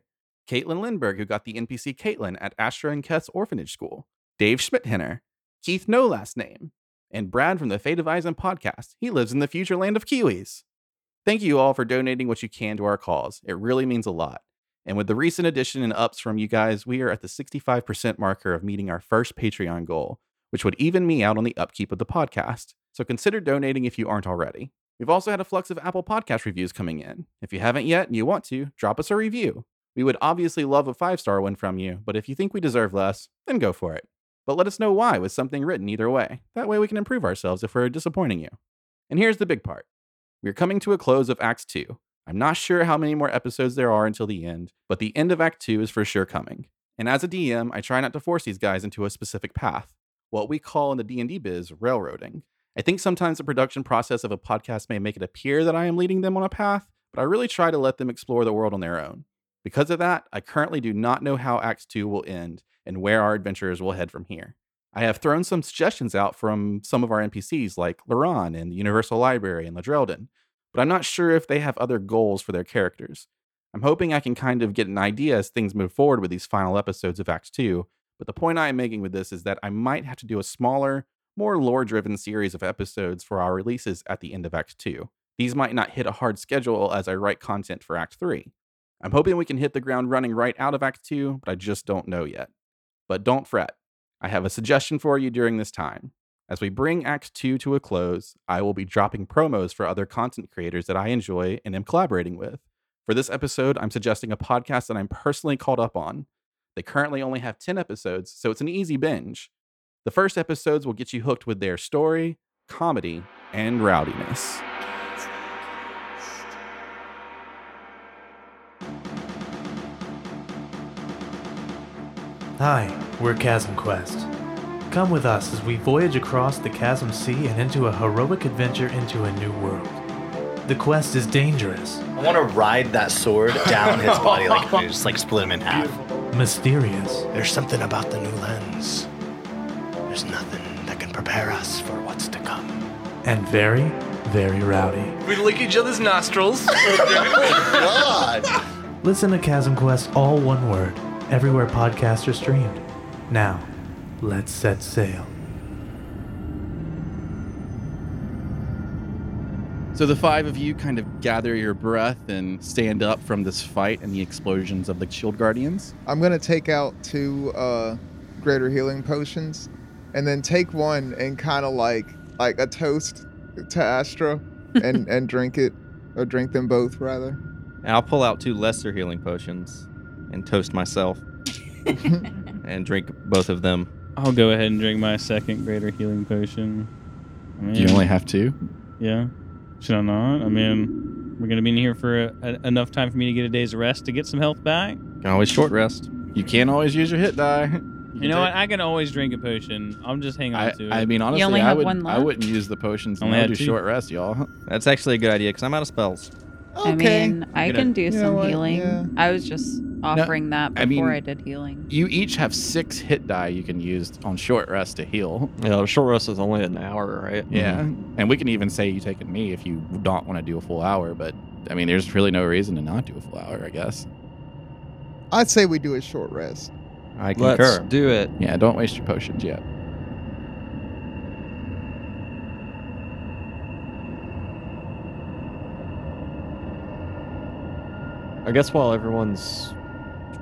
[SPEAKER 1] Caitlin Lindberg, who got the NPC Caitlin at Astra and Keth's Orphanage School, Dave Schmidthenner, Keith No Last Name, and Brad from the Fate of Eisen podcast. He lives in the future land of Kiwis. Thank you all for donating what you can to our cause. It really means a lot. And with the recent addition and ups from you guys, we are at the 65% marker of meeting our first Patreon goal, which would even me out on the upkeep of the podcast. So consider donating if you aren't already. We've also had a flux of Apple Podcast reviews coming in. If you haven't yet and you want to, drop us a review. We would obviously love a five star one from you, but if you think we deserve less, then go for it. But let us know why with something written either way. That way we can improve ourselves if we're disappointing you. And here's the big part we're coming to a close of Act 2. I'm not sure how many more episodes there are until the end, but the end of Act 2 is for sure coming. And as a DM, I try not to force these guys into a specific path what we call in the D&D biz railroading. I think sometimes the production process of a podcast may make it appear that I am leading them on a path, but I really try to let them explore the world on their own. Because of that, I currently do not know how Act 2 will end and where our adventurers will head from here. I have thrown some suggestions out from some of our NPCs like Laron in the Universal Library and Ladreldon, but I'm not sure if they have other goals for their characters. I'm hoping I can kind of get an idea as things move forward with these final episodes of Act 2, but the point I am making with this is that I might have to do a smaller, more lore driven series of episodes for our releases at the end of Act 2. These might not hit a hard schedule as I write content for Act 3. I'm hoping we can hit the ground running right out of Act 2, but I just don't know yet. But don't fret.
[SPEAKER 2] I have a suggestion for you during this time. As we bring Act 2 to a close, I will be dropping promos for other content creators that I enjoy and am collaborating with. For this episode, I'm suggesting a podcast that I'm personally caught up on. They currently only have 10 episodes, so it's an easy binge. The first episodes will get you hooked with their story, comedy, and rowdiness.
[SPEAKER 16] Hi, we're Chasm Quest. Come with us as we voyage across the Chasm Sea and into a heroic adventure into a new world. The quest is dangerous,
[SPEAKER 9] I want to ride that sword down his body like and just like split him in half.
[SPEAKER 16] mysterious,
[SPEAKER 9] There's something about the new lens. There's nothing that can prepare us for what's to come.
[SPEAKER 16] and very, very rowdy.
[SPEAKER 17] We lick each other's
[SPEAKER 3] <laughs>
[SPEAKER 17] nostrils.
[SPEAKER 3] Oh,
[SPEAKER 9] God.
[SPEAKER 16] Listen to Chasm Quest all one word, everywhere podcasts are streamed. Now, let's set sail.
[SPEAKER 2] So the five of you kind of gather your breath and stand up from this fight and the explosions of the Shield Guardians.
[SPEAKER 5] I'm gonna take out two uh, greater healing potions, and then take one and kind of like like a toast to Astra, and and drink it, or drink them both rather.
[SPEAKER 8] <laughs> And I'll pull out two lesser healing potions and toast myself and drink both of them.
[SPEAKER 3] I'll go ahead and drink my second greater healing potion. I
[SPEAKER 2] You
[SPEAKER 8] Mm.
[SPEAKER 3] mean,
[SPEAKER 2] only have two?
[SPEAKER 3] Yeah. Should I not? I mean, we're gonna be in here for a, a- enough time for me to get a day's rest to get some health back.
[SPEAKER 2] You can always short rest. You can't always use your hit die. <laughs>
[SPEAKER 3] You, know what? I can always drink a potion. I'm just hanging on to it.
[SPEAKER 2] I mean, honestly,
[SPEAKER 3] only
[SPEAKER 2] I,
[SPEAKER 3] have
[SPEAKER 2] would,
[SPEAKER 3] one
[SPEAKER 2] I
[SPEAKER 3] left?
[SPEAKER 2] wouldn't use the potions.
[SPEAKER 8] Only
[SPEAKER 2] Only I
[SPEAKER 8] had
[SPEAKER 2] do
[SPEAKER 8] two.
[SPEAKER 2] short rest, y'all.
[SPEAKER 8] That's actually a good idea because I'm out of spells.
[SPEAKER 6] I mean, I
[SPEAKER 2] Gonna-
[SPEAKER 6] can do
[SPEAKER 2] You know
[SPEAKER 6] some
[SPEAKER 2] what?
[SPEAKER 6] healing.
[SPEAKER 2] Yeah.
[SPEAKER 6] I was just offering that before
[SPEAKER 2] I
[SPEAKER 6] I,
[SPEAKER 2] mean-
[SPEAKER 6] did healing.
[SPEAKER 2] You each have six hit die you can use on short rest to heal.
[SPEAKER 7] Yeah, short rest is only an hour, right?
[SPEAKER 8] Mm-hmm.
[SPEAKER 2] Yeah. And we can even say you take a me if you don't want to do a full hour, but I mean, there's really no reason to not do a full hour, I guess.
[SPEAKER 5] I'd say we do a short rest.
[SPEAKER 2] I
[SPEAKER 7] Let's do it.
[SPEAKER 2] Yeah, don't waste your potions yet.
[SPEAKER 7] I guess while everyone's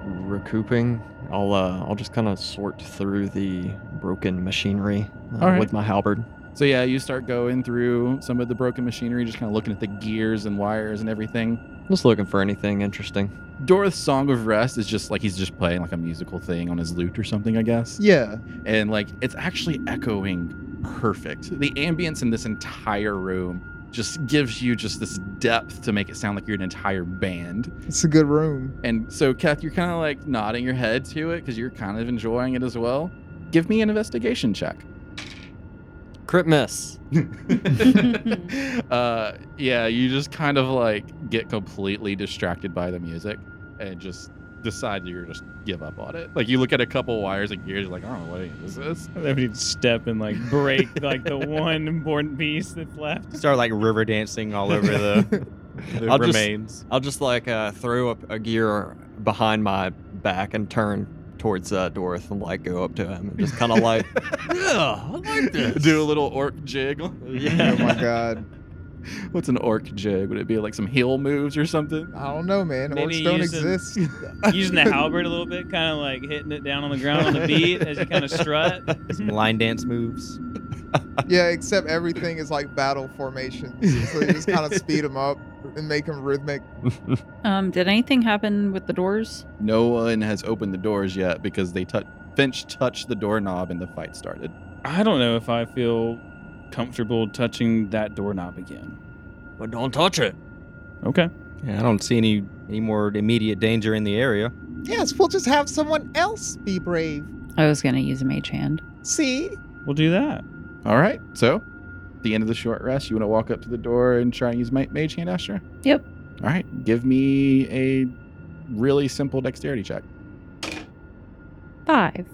[SPEAKER 7] recouping, I'll uh, I'll just kind of sort through the broken machinery uh,
[SPEAKER 2] All right.
[SPEAKER 7] with my halberd.
[SPEAKER 2] So yeah, you start going through some of the broken machinery, just kind of looking at the gears and wires and everything.
[SPEAKER 7] Just looking for anything interesting.
[SPEAKER 2] Dorot's Song of Rest is just like he's just playing like a musical thing on his lute or something, I guess.
[SPEAKER 5] Yeah.
[SPEAKER 2] And like it's actually echoing perfect. The ambience in this entire room just gives you just this depth to make it sound like you're an entire band.
[SPEAKER 5] It's a good
[SPEAKER 2] <laughs>
[SPEAKER 5] room.
[SPEAKER 2] And so, Kath, you're kind of like nodding your head to it because you're kind of enjoying it as well. Give me an investigation check.
[SPEAKER 7] Crit miss.
[SPEAKER 2] <laughs> uh, yeah, you just kind of like get completely distracted by the music and just decide you're just give up on it. Like you look at a couple wires and gears, you're like, I don't know what any of this <laughs> is.
[SPEAKER 3] Then we step and like break like <laughs> the one important piece that's left.
[SPEAKER 8] Start like river dancing all over
[SPEAKER 7] <laughs>
[SPEAKER 8] the, the
[SPEAKER 7] I'll
[SPEAKER 8] remains.
[SPEAKER 7] just I'll just like uh, throw up a gear behind my back and turn towards uh, Dorth and like go up to him and just kind of <laughs> like I
[SPEAKER 2] <laughs>
[SPEAKER 7] like this.
[SPEAKER 2] Do a little orc jig. <laughs>
[SPEAKER 5] Oh my god.
[SPEAKER 2] What's an orc jig? Would it be like some heel moves or something?
[SPEAKER 5] I don't know, man. Orcs
[SPEAKER 3] Maybe
[SPEAKER 5] don't
[SPEAKER 3] using-
[SPEAKER 5] exist.
[SPEAKER 3] Using the halberd a little bit, kind of like hitting it down on the ground on the beat as you kind of strut.
[SPEAKER 8] Some line dance moves.
[SPEAKER 5] Yeah, except everything is like battle formations. So you just kind of speed them up and make them rhythmic.
[SPEAKER 6] Um, did anything happen with the doors?
[SPEAKER 2] No one has opened the doors yet because they touch Finch touched the doorknob and the fight started.
[SPEAKER 3] <laughs> I don't know if I feel comfortable touching that doorknob again.
[SPEAKER 7] But don't touch it.
[SPEAKER 3] Okay.
[SPEAKER 8] Yeah, I don't see any any more immediate danger in the area.
[SPEAKER 10] Yes, we'll just have someone else be brave.
[SPEAKER 6] I was gonna use a mage hand.
[SPEAKER 10] See?
[SPEAKER 3] We'll do that.
[SPEAKER 2] All right. So, at the end of the short rest, you want to walk up to the door and try and use ma- Mage Hand, Astra?
[SPEAKER 6] Yep.
[SPEAKER 2] All right. Give me a really simple dexterity check.
[SPEAKER 6] Five.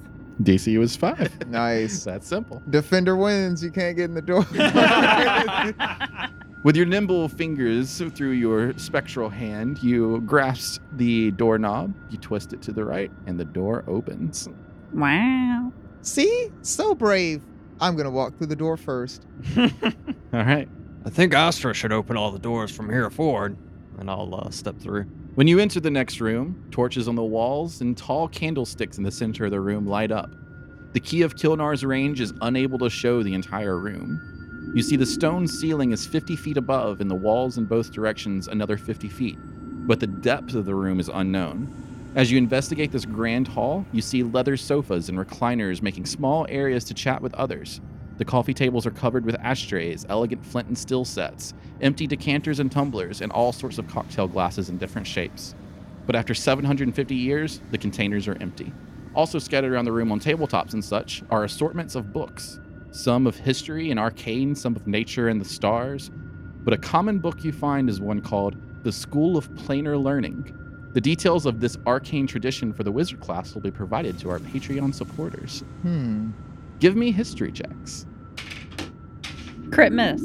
[SPEAKER 2] DC was five.
[SPEAKER 5] Nice.
[SPEAKER 2] That's simple.
[SPEAKER 5] Defender wins. You can't get in the door. <laughs>
[SPEAKER 2] With your nimble fingers through your spectral hand, you grasp the doorknob, you twist it to the right, and the door opens.
[SPEAKER 6] Wow.
[SPEAKER 10] See? So brave.
[SPEAKER 5] I'm gonna walk through the door first.
[SPEAKER 2] All right.
[SPEAKER 7] I think Astra should open all the doors from here forward, and I'll uh, step through.
[SPEAKER 2] When you enter the next room, torches on the walls and tall candlesticks in the center of the room light up. The key of Kilnar's range is unable to show the entire room. You see the stone ceiling is 50 feet above, and the walls in both directions another 50 feet, but the depth of the room is unknown. As you investigate this grand hall, you see leather sofas and recliners making small areas to chat with others. The coffee tables are covered with ashtrays, elegant flint and steel sets, empty decanters and tumblers, and all sorts of cocktail glasses in different shapes. But after 750 years, the containers are empty. Also scattered around the room on tabletops and such are assortments of books, some of history and arcane, some of nature and the stars. But a common book you find is one called The School of Planar Learning. The details of this arcane tradition for the wizard class will be provided to our Patreon supporters.
[SPEAKER 5] Hmm.
[SPEAKER 2] Give me history checks.
[SPEAKER 6] Crit miss.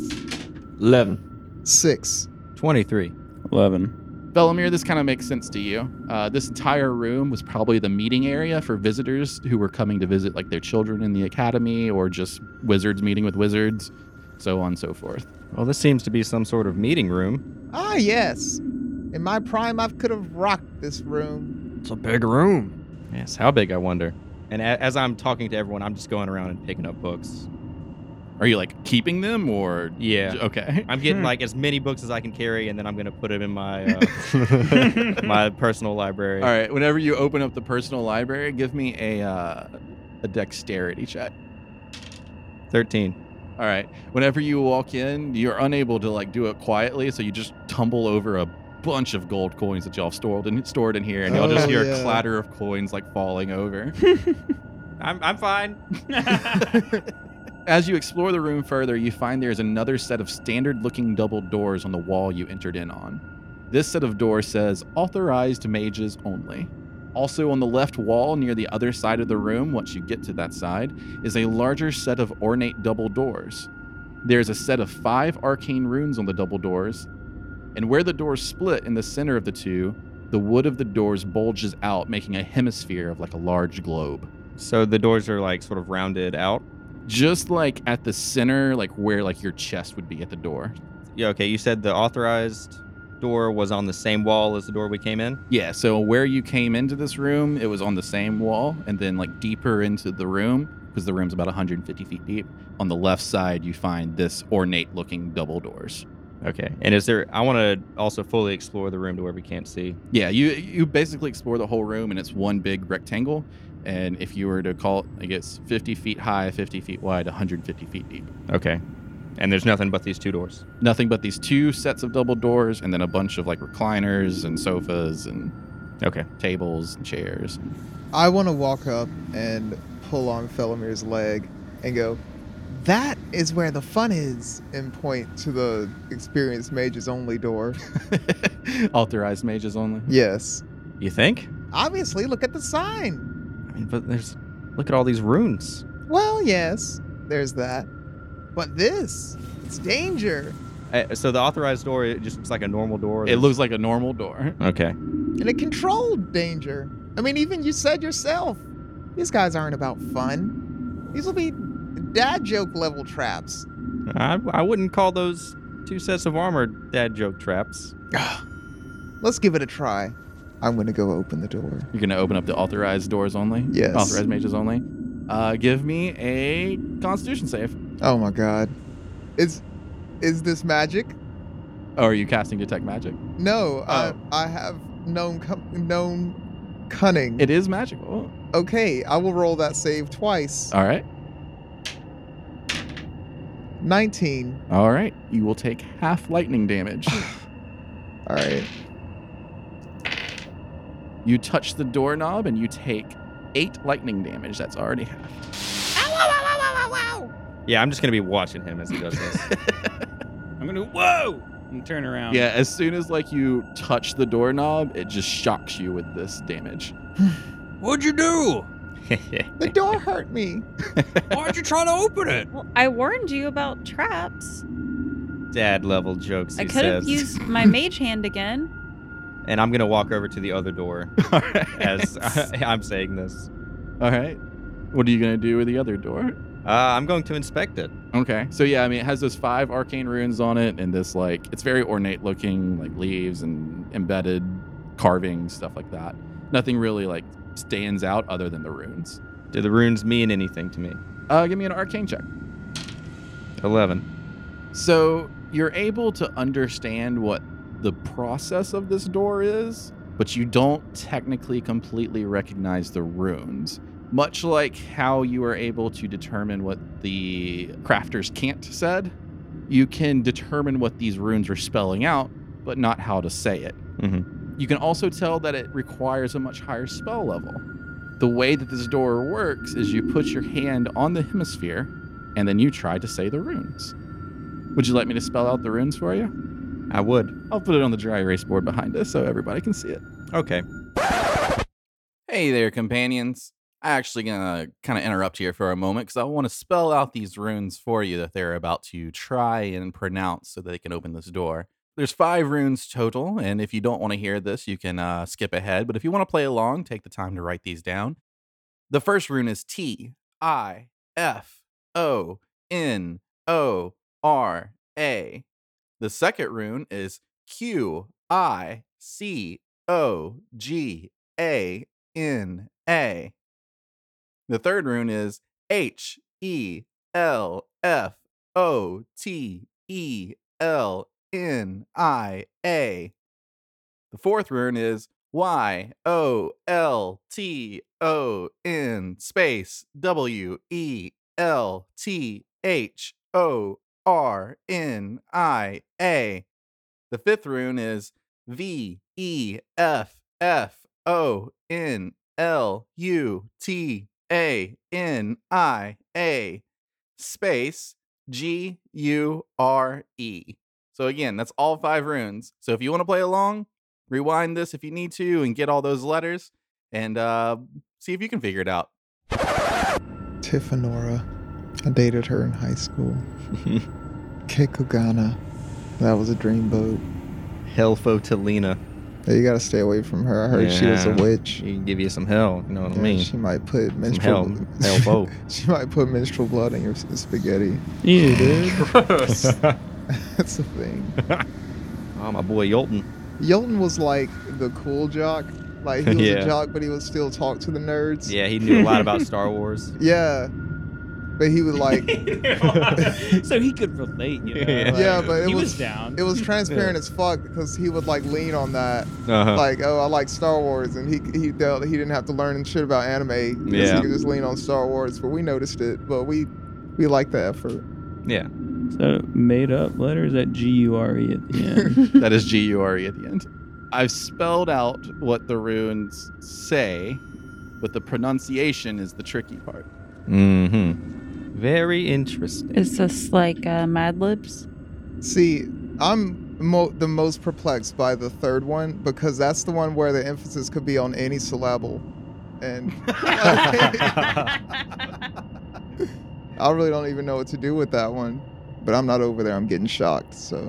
[SPEAKER 7] 11.
[SPEAKER 5] 6.
[SPEAKER 7] 23.
[SPEAKER 3] <laughs> 11.
[SPEAKER 2] Velamir, this kind of makes sense to you. Uh, this entire room was probably the meeting area for visitors who were coming to visit, like their children in the academy, or just wizards meeting with wizards, so on and so forth.
[SPEAKER 8] Well, this seems to be some sort of meeting room.
[SPEAKER 10] Ah, yes. In my prime, I could have rocked this room.
[SPEAKER 7] It's a big room.
[SPEAKER 8] Yes, how big, I wonder. And a- as I'm talking to everyone, I'm just going around and picking up books.
[SPEAKER 2] Are you like keeping them or?
[SPEAKER 8] Yeah.
[SPEAKER 2] Okay.
[SPEAKER 8] I'm getting like as many books as I can carry, and then I'm gonna put them in my <laughs> uh, my personal library.
[SPEAKER 2] All right. Whenever you open up the personal library, give me a uh, a dexterity check.
[SPEAKER 8] Thirteen.
[SPEAKER 2] All right. Whenever you walk in, you're unable to like do it quietly, so you just tumble over a bunch of gold coins that y'all stored and stored in here, and you'll just
[SPEAKER 5] Oh,
[SPEAKER 2] hear a
[SPEAKER 5] yeah.
[SPEAKER 2] clatter of coins like falling over.
[SPEAKER 8] I'm I'm fine.
[SPEAKER 2] As you explore the room further, you find there is another set of standard looking double doors on the wall you entered in on. This set of doors says authorized mages only. Also, on the left wall near the other side of the room, once you get to that side, is a larger set of ornate double doors. There's a set of five arcane runes on the double doors, and where the doors split in the center of the two, the wood of the doors bulges out, making a hemisphere of like a large globe.
[SPEAKER 8] So the doors are like sort of rounded out.
[SPEAKER 2] just like at the center like where like your chest would be at the door
[SPEAKER 8] Yeah. Okay. You said the authorized door was on the same wall as the door we came in.
[SPEAKER 2] yeah so where you came into this room it was on the same wall and then like deeper into the room because the room's about 150 feet deep on the left side you find this ornate looking double doors
[SPEAKER 8] Okay. And is there? I want to also fully explore the room to where we can't see.
[SPEAKER 2] yeah you you basically explore the whole room and it's one big rectangle and if you were to call it like it's 50 feet high 50 feet wide 150 feet deep
[SPEAKER 8] Okay. And there's nothing but these two doors.
[SPEAKER 2] nothing but these two sets of double doors and then a bunch of like recliners and sofas and
[SPEAKER 8] okay
[SPEAKER 2] tables and chairs
[SPEAKER 5] I want to walk up and pull on Felamir's leg and go, that is where the fun is, and point to the experienced mages only door. <laughs>
[SPEAKER 2] <laughs> authorized mages only
[SPEAKER 5] yes.
[SPEAKER 8] You think?
[SPEAKER 10] Obviously, look at the sign.
[SPEAKER 8] I mean, but there's. Look at all these runes.
[SPEAKER 10] Well, yes, there's that. But this, it's danger.
[SPEAKER 8] Uh, so the authorized door it just looks like a normal door.
[SPEAKER 2] It looks like a normal door.
[SPEAKER 8] Okay.
[SPEAKER 10] And a controlled danger. I mean, even you said yourself, these guys aren't about fun. These will be dad joke level traps.
[SPEAKER 8] I, I wouldn't call those two sets of armor dad joke traps.
[SPEAKER 5] Let's give it a try. I'm going to go open the door.
[SPEAKER 2] You're gonna open up the authorized doors only.
[SPEAKER 5] Yes.
[SPEAKER 2] Authorized mages only. Uh, give me a Constitution save.
[SPEAKER 5] Oh my god. Is is this magic?
[SPEAKER 2] Oh, are you casting detect magic?
[SPEAKER 5] No,
[SPEAKER 8] Oh.
[SPEAKER 5] I I have known cum- known cunning.
[SPEAKER 2] It is magical.
[SPEAKER 5] okay, I will roll that save twice.
[SPEAKER 8] Uh.
[SPEAKER 2] All right.
[SPEAKER 5] 19.
[SPEAKER 2] All right. You will take half lightning damage.
[SPEAKER 5] All right.
[SPEAKER 2] you touch the doorknob and you take eight lightning damage. That's already half.
[SPEAKER 8] Yeah, I'm just gonna be watching him as he does this.
[SPEAKER 3] I'm gonna whoa and turn around. <laughs>
[SPEAKER 2] Yeah. As soon as like you touch the doorknob, it just shocks you with this damage.
[SPEAKER 11] What'd you do?
[SPEAKER 10] The door hurt me.
[SPEAKER 11] Why'd you try to open it?
[SPEAKER 6] Well, I warned you about traps.
[SPEAKER 8] dad level jokes. He
[SPEAKER 6] I could have
[SPEAKER 8] says.
[SPEAKER 2] <laughs>
[SPEAKER 6] used my mage hand again.
[SPEAKER 8] and I'm gonna walk over to the other door as I, <laughs> I'm saying this.
[SPEAKER 2] All right. What are you gonna do with the other door?
[SPEAKER 8] Uh, I'm going to inspect it.
[SPEAKER 2] Okay. So yeah, I mean, it has those five arcane runes on it, and this like it's very ornate looking, like leaves and embedded carving stuff like that. Nothing really like stands out other than the runes.
[SPEAKER 8] Do the runes mean anything to me?
[SPEAKER 2] Uh, give me an arcane check.
[SPEAKER 8] 11.
[SPEAKER 2] So you're able to understand what the process of this door is, but you don't technically completely recognize the runes. Much like how you were able to determine what the crafters can't said, you can determine what these runes are spelling out, but not how to say it.
[SPEAKER 8] Mm-hmm.
[SPEAKER 2] You can also tell that it requires a much higher spell level. The way that this door works is you put your hand on the hemisphere and then you try to say the runes. Would you like me to spell out the runes for you?
[SPEAKER 8] I would.
[SPEAKER 2] I'll put it on the dry erase board behind us so everybody can see it.
[SPEAKER 8] Okay.
[SPEAKER 2] Hey there, companions. I'm actually gonna kind of interrupt here for a moment because I want to spell out these runes for you that they're about to try and pronounce so they can open this door. There's five runes total, and if you don't want to hear this, you can uh, skip ahead. But if you want to play along, take the time to write these down. The first rune is T I F O N O R A. The second rune is Q I C O G A N A. The third rune is H E L F O T E L N I A. The fourth rune is Y O L T O N space W E L T H O R N I A. The fifth rune is V E F F O N L U T A N I A space G U R E. So again, that's all five runes. So if you want to play along, rewind this if you need to and get all those letters and uh, see if you can figure it out.
[SPEAKER 5] Tiffanora. I dated her in high
[SPEAKER 8] <laughs>
[SPEAKER 5] school. Kekugana. That was a dream boat.
[SPEAKER 8] Hellfo Talina.
[SPEAKER 5] Yeah, you gotta stay away from her. I heard she was a
[SPEAKER 8] Yeah.
[SPEAKER 5] witch.
[SPEAKER 8] She can give you some hell. You know what I
[SPEAKER 5] Yeah,
[SPEAKER 8] mean?
[SPEAKER 5] She might put
[SPEAKER 8] hell-
[SPEAKER 5] menstrual.
[SPEAKER 8] hellfo.
[SPEAKER 5] <laughs> she might put menstrual blood in your s- spaghetti. <laughs>
[SPEAKER 3] Ew, dude.
[SPEAKER 2] <laughs>
[SPEAKER 8] Gross.
[SPEAKER 5] That's the thing.
[SPEAKER 8] oh, my boy Yolton.
[SPEAKER 5] Yelton was like the cool jock. Like he was
[SPEAKER 8] <laughs> Yeah.
[SPEAKER 5] a jock, but he would still talk to the nerds.
[SPEAKER 8] Yeah, he knew a lot about
[SPEAKER 5] <laughs>
[SPEAKER 8] Star Wars.
[SPEAKER 5] Yeah. But he would like
[SPEAKER 3] <laughs>
[SPEAKER 8] <laughs>
[SPEAKER 3] so he could relate, you know.
[SPEAKER 8] Yeah.
[SPEAKER 3] like,
[SPEAKER 5] Yeah, but it
[SPEAKER 3] he was,
[SPEAKER 5] was-
[SPEAKER 3] down.
[SPEAKER 5] it was transparent as fuck because he would like lean on that,
[SPEAKER 8] Uh-huh.
[SPEAKER 5] like oh I like Star Wars, and he he dealt he didn't have to learn shit about anime. 'cause
[SPEAKER 8] Yeah.
[SPEAKER 5] he could just lean on Star Wars. But we noticed it, but we we like the effort.
[SPEAKER 8] Yeah.
[SPEAKER 3] So made up letters at G U R E at the
[SPEAKER 5] <laughs>
[SPEAKER 3] end.
[SPEAKER 2] that is G U R E at the end. I've spelled out what the runes say, but the pronunciation is the tricky part.
[SPEAKER 8] Mm-hmm. Very interesting.
[SPEAKER 6] Is this like uh, Mad Libs?
[SPEAKER 5] See, I'm mo- the most perplexed by the third one because that's the one where the emphasis could be on any syllable, and <laughs> I really don't even know what to do with that one. But I'm not over there. I'm getting shocked. So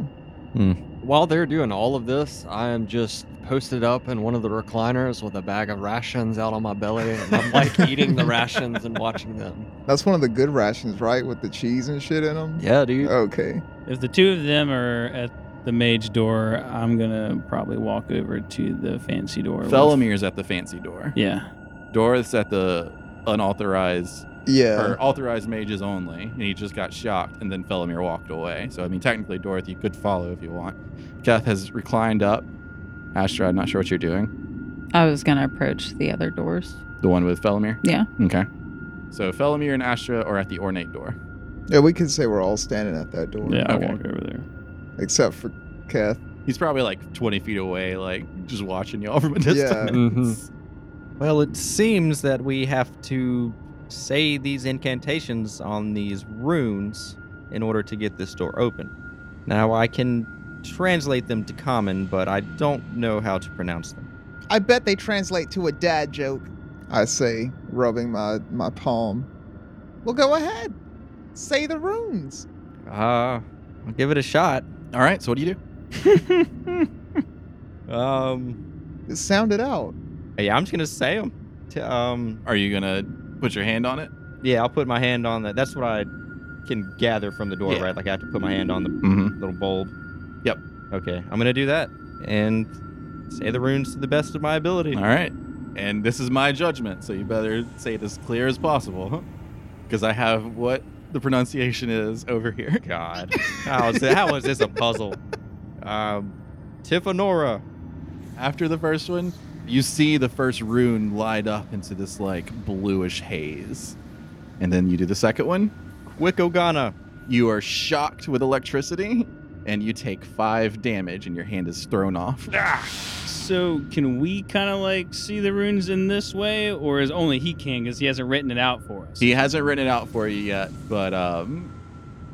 [SPEAKER 7] While they're doing all of this, I am just posted up in one of the recliners with a bag of rations out on my belly, and I'm like eating <laughs> the rations and watching them.
[SPEAKER 5] that's one of the good rations, right? With the cheese and shit in them.
[SPEAKER 7] Yeah, dude.
[SPEAKER 5] Okay.
[SPEAKER 3] If the two of them are at the mage door, I'm gonna probably walk over to the fancy door. with-
[SPEAKER 2] Felomir's at the fancy door.
[SPEAKER 3] Yeah.
[SPEAKER 2] Doris at the unauthorized
[SPEAKER 5] Yeah.
[SPEAKER 2] or authorized mages only, and he just got shocked, and then Felomir walked away. So I mean, technically, Dorothy could follow if you want. Keth has reclined up. Astra, I'm not sure what you're doing.
[SPEAKER 6] I was gonna approach the other doors.
[SPEAKER 2] The one with Felomir.
[SPEAKER 6] Yeah.
[SPEAKER 2] Okay. So Felomir and Astra are at the ornate door.
[SPEAKER 5] Yeah, we could say we're all standing at that door.
[SPEAKER 3] Yeah, I'll
[SPEAKER 2] Okay.
[SPEAKER 3] walk over there.
[SPEAKER 5] Except for Kath.
[SPEAKER 2] He's probably like 20 feet away, like just watching y'all from a <laughs> distance.
[SPEAKER 7] Mm-hmm.
[SPEAKER 8] Well, it seems that we have to say these incantations on these runes in order to get this door open. Now, I can translate them to common, but I don't know how to pronounce them.
[SPEAKER 10] I bet they translate to a dad joke.
[SPEAKER 5] I say, rubbing my, my palm.
[SPEAKER 10] Well, go ahead. Say the runes.
[SPEAKER 8] Uh, I'll give it a shot.
[SPEAKER 2] All right. So what do you do?
[SPEAKER 8] Um,
[SPEAKER 5] Just Sound it out.
[SPEAKER 8] yeah, I'm just gonna say them. To, um,
[SPEAKER 2] Are you gonna put your hand on it?
[SPEAKER 8] yeah, I'll put my hand on that. That's what I can gather from the door,
[SPEAKER 2] Yeah.
[SPEAKER 8] right? Like I have to put my hand on the
[SPEAKER 2] Mhm.
[SPEAKER 8] little bulb.
[SPEAKER 2] Yep.
[SPEAKER 8] Okay, I'm gonna do that and say the runes to the best of my ability.
[SPEAKER 2] All right. and this is my judgment, so you better say it as clear as possible, because I have what the pronunciation is over here.
[SPEAKER 8] God, how is, that, how is this a puzzle?
[SPEAKER 2] Um, Tifanora. <laughs> After the first one, you see the first rune light up into this like bluish haze, and then you do the second one. Quick Ogana, you are shocked with electricity, and you take five damage, and your hand is thrown off.
[SPEAKER 3] So can we kind of like see the runes in this way, or is only he can because he hasn't written it out for us?
[SPEAKER 2] He hasn't written it out for you yet, but um,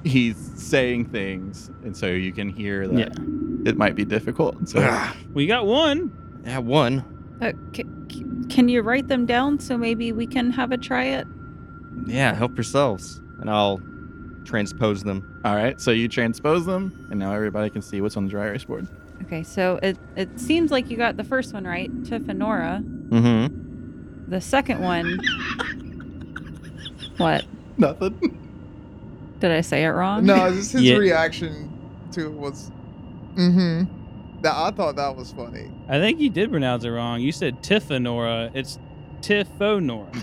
[SPEAKER 2] he's saying things, and so you can hear that it might be difficult. So
[SPEAKER 18] Ah.
[SPEAKER 3] we got one.
[SPEAKER 8] Yeah, one.
[SPEAKER 6] Uh, c- c- can you write them down so maybe we can have a try it?
[SPEAKER 8] Yeah, help yourselves, and I'll transpose them.
[SPEAKER 2] All right, so you transpose them, and now everybody can see what's on the dry erase board.
[SPEAKER 6] Okay, so it it seems like you got the first one right, Tifanora.
[SPEAKER 8] Mm-hmm.
[SPEAKER 6] The second one. what?
[SPEAKER 2] Nothing.
[SPEAKER 6] Did I say it wrong?
[SPEAKER 5] No, just his reaction to it was, mm-hmm. That I thought that was funny.
[SPEAKER 3] I think you did pronounce it wrong. You said Tifanora. It's Tifonora.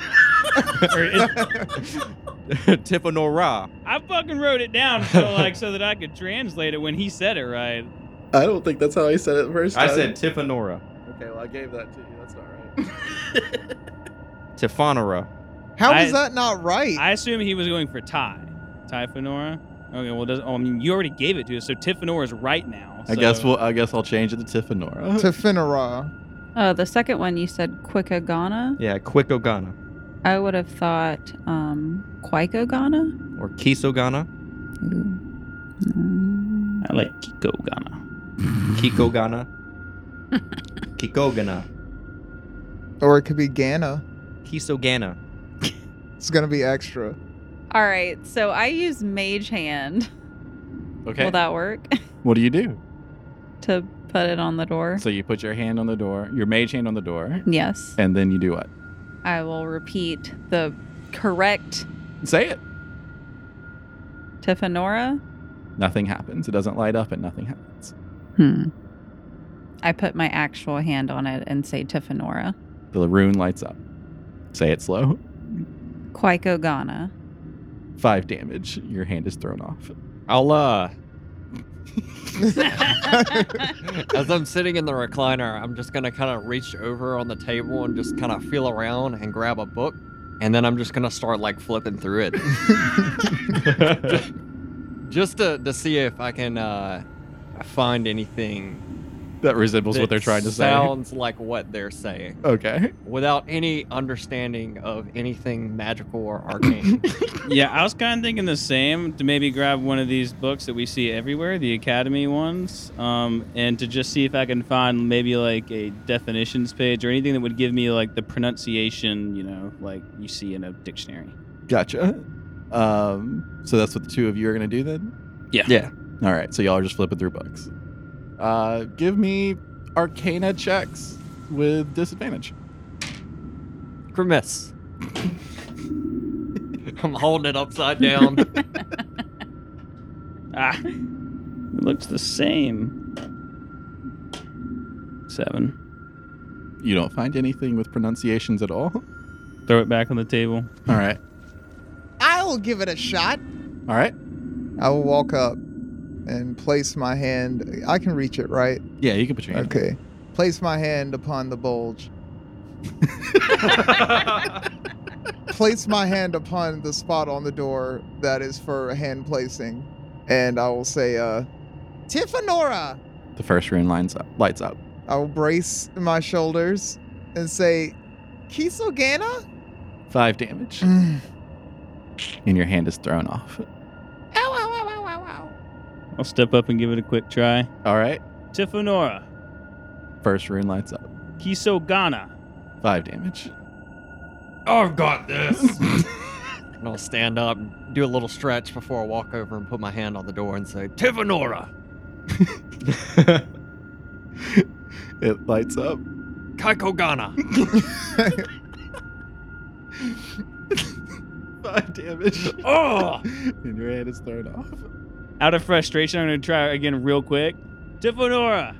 [SPEAKER 3] Or it's-
[SPEAKER 8] <laughs> Tifanora.
[SPEAKER 3] I fucking wrote it down so like so that I could translate it when he said it right.
[SPEAKER 18] I don't think that's how I said it first.
[SPEAKER 8] I
[SPEAKER 18] time.
[SPEAKER 8] said Tifanora.
[SPEAKER 18] Okay, well I gave that to you. That's not right.
[SPEAKER 8] Tifanora.
[SPEAKER 5] How
[SPEAKER 3] I-
[SPEAKER 5] is that not right?
[SPEAKER 3] I assume he was going for Ty. Ty Fenora. Okay, well, does oh, I mean, you already gave it to us, so Tifanora is right now.
[SPEAKER 2] I guess
[SPEAKER 3] so-
[SPEAKER 2] we'll. I guess I'll change it to
[SPEAKER 18] Uh-huh.
[SPEAKER 2] Tifanora.
[SPEAKER 5] to Finara.
[SPEAKER 6] Uh, the second one you said Quickagana.
[SPEAKER 8] Yeah, Quick Ogana
[SPEAKER 6] I would have thought um, Quikagana.
[SPEAKER 8] or Kisogana.
[SPEAKER 3] I like Kikogana.
[SPEAKER 5] <laughs>
[SPEAKER 8] Kikogana. Kikogana.
[SPEAKER 5] Or it could be Ghana.
[SPEAKER 8] Kisogana.
[SPEAKER 5] It's gonna be extra.
[SPEAKER 6] All right, so I use Mage Hand.
[SPEAKER 2] Okay.
[SPEAKER 6] Will that work <laughs>
[SPEAKER 2] what do you do?
[SPEAKER 6] to put it on the door?
[SPEAKER 2] So you put your hand on the door, your mage hand on the door,
[SPEAKER 6] yes.
[SPEAKER 2] and then you do what?
[SPEAKER 6] I will repeat the correct
[SPEAKER 2] Say it.
[SPEAKER 6] Tifanora.
[SPEAKER 2] Nothing happens. It doesn't light up, and nothing happens.
[SPEAKER 6] Hmm. I put my actual hand on it and say Tifanora.
[SPEAKER 2] The rune lights up. Say it slow.
[SPEAKER 6] Quikogana.
[SPEAKER 2] Five damage. Your hand is thrown off.
[SPEAKER 7] I'll uh as I'm sitting in the recliner, I'm just gonna kind of reach over on the table and just kind of feel around and grab a book, and then I'm just gonna start like flipping through it,
[SPEAKER 2] <laughs>
[SPEAKER 7] just to to see if I can uh find anything
[SPEAKER 2] That resembles what
[SPEAKER 7] that
[SPEAKER 2] they're trying to
[SPEAKER 7] Sounds like what they're saying,
[SPEAKER 2] say. Okay.
[SPEAKER 7] without any understanding of anything magical or
[SPEAKER 2] <laughs>
[SPEAKER 7] arcane.
[SPEAKER 3] yeah, I was kind of thinking the same to maybe grab one of these books that we see everywhere, the Academy ones, um, and to just see if I can find maybe like a definitions page or anything that would give me like the pronunciation, you know, like you see in a dictionary.
[SPEAKER 2] Gotcha. Um, so that's what the two of you are gonna do then.
[SPEAKER 3] Yeah.
[SPEAKER 7] yeah.
[SPEAKER 2] All right. So y'all are just flipping through books. Uh, give me Arcana checks with disadvantage.
[SPEAKER 7] Grimace. I'm holding it upside down.
[SPEAKER 3] Ah, it looks the same. Seven.
[SPEAKER 2] You don't find anything with pronunciations at all.
[SPEAKER 3] Throw it back on the table.
[SPEAKER 2] All right.
[SPEAKER 10] I'll give it a shot.
[SPEAKER 2] All right.
[SPEAKER 5] I will walk up and place my hand. I can reach it, right?
[SPEAKER 2] Yeah, you can put your hand.
[SPEAKER 5] Okay. Place my hand upon the
[SPEAKER 7] <laughs>
[SPEAKER 5] bulge. place my hand upon the spot on the door that is for hand placing, and I will say, uh, Tifanora.
[SPEAKER 2] The first rune lines up, lights up.
[SPEAKER 5] I will brace my shoulders and say, Kisogana?
[SPEAKER 2] Five damage,
[SPEAKER 5] Mm.
[SPEAKER 2] and your hand is thrown off.
[SPEAKER 3] I'll step up and give it a quick try.
[SPEAKER 2] All right.
[SPEAKER 3] Tifanora,
[SPEAKER 2] First rune lights up.
[SPEAKER 3] Kisogana.
[SPEAKER 2] Five damage.
[SPEAKER 11] I've got this.
[SPEAKER 7] <laughs> And I'll stand up and do a little stretch before I walk over and put my hand on the door and say,
[SPEAKER 11] Tivanora.
[SPEAKER 2] <laughs> It lights up.
[SPEAKER 11] Kaikogana.
[SPEAKER 2] <laughs> Five damage.
[SPEAKER 11] Oh.
[SPEAKER 2] and your hand is thrown off.
[SPEAKER 3] Out of frustration, I'm going to try again real quick. Tifanora,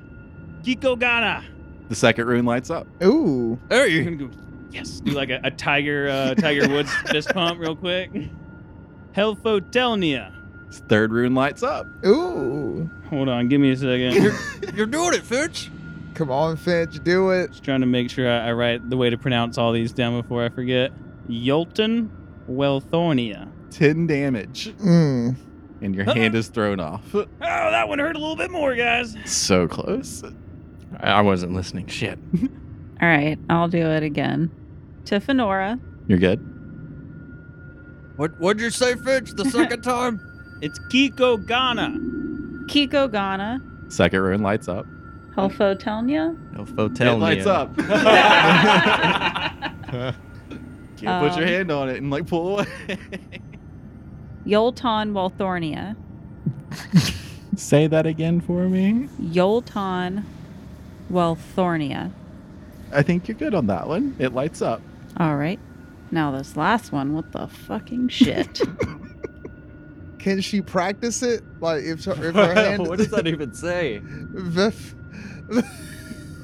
[SPEAKER 3] Kikogana.
[SPEAKER 2] The second rune lights up.
[SPEAKER 5] Ooh.
[SPEAKER 3] You're gonna go, <laughs> yes. Do like a, a Tiger uh, Tiger Woods fist pump real quick. Helfotelnia.
[SPEAKER 2] Third rune lights up.
[SPEAKER 5] Ooh.
[SPEAKER 3] Hold on, give me a second.
[SPEAKER 5] You're doing it, Finch. Come on, Finch, do it.
[SPEAKER 3] <laughs> Just trying to make sure I, I write the way to pronounce all these down before I forget. Yolton Welthornia.
[SPEAKER 2] 10 damage.
[SPEAKER 5] Mm.
[SPEAKER 2] And your hand is thrown off. Oh,
[SPEAKER 3] that one hurt a little bit more, guys.
[SPEAKER 2] So close.
[SPEAKER 8] I wasn't listening. Shit.
[SPEAKER 6] All right, I'll do it again. To Fenora.
[SPEAKER 2] You're good.
[SPEAKER 9] What what'd you say, Finch, the second
[SPEAKER 6] <laughs>
[SPEAKER 9] time?
[SPEAKER 3] It's Kiko Ghana.
[SPEAKER 6] Kiko Ghana.
[SPEAKER 2] Second rune lights up.
[SPEAKER 6] Helfotelnia.
[SPEAKER 8] No fotel.
[SPEAKER 2] it lights
[SPEAKER 8] you.
[SPEAKER 2] <laughs> up. Can't put your
[SPEAKER 6] Um,
[SPEAKER 2] hand on it and like pull away.
[SPEAKER 6] Yolton Walthornia.
[SPEAKER 2] Say that again for me.
[SPEAKER 6] Yolton Walthornia.
[SPEAKER 2] I think you're good on that one. It lights up.
[SPEAKER 6] All right. Now this last one, what the
[SPEAKER 8] <laughs>
[SPEAKER 6] fucking shit?
[SPEAKER 5] Can she practice it? Like if her, if
[SPEAKER 7] <laughs>
[SPEAKER 5] her hand.
[SPEAKER 7] <laughs> what does
[SPEAKER 5] <laughs>
[SPEAKER 7] that even say?
[SPEAKER 5] Vif-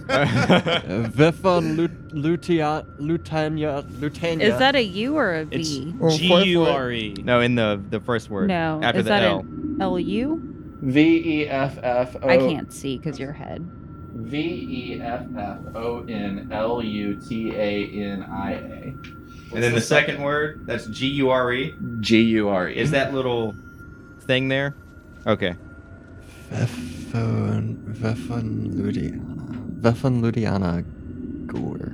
[SPEAKER 7] Vifa Lut- Uh, Lutia Lutania Lutania.
[SPEAKER 6] Is that a U or a
[SPEAKER 3] It's
[SPEAKER 6] V?
[SPEAKER 3] G U R E.
[SPEAKER 8] <laughs> No, in the the first word.
[SPEAKER 6] No.
[SPEAKER 8] After
[SPEAKER 6] Is
[SPEAKER 8] the
[SPEAKER 6] that
[SPEAKER 8] L.
[SPEAKER 6] an L U?
[SPEAKER 12] V E F F O.
[SPEAKER 6] I
[SPEAKER 8] Oh.
[SPEAKER 6] can't see because your head.
[SPEAKER 12] V E F F O N L U T A N I A.
[SPEAKER 8] And then the second word, that's G U R E.
[SPEAKER 2] G U R E.
[SPEAKER 8] Is that little thing there? Okay.
[SPEAKER 7] Vefon Vefon Ludiana Vefon Ludiana Gur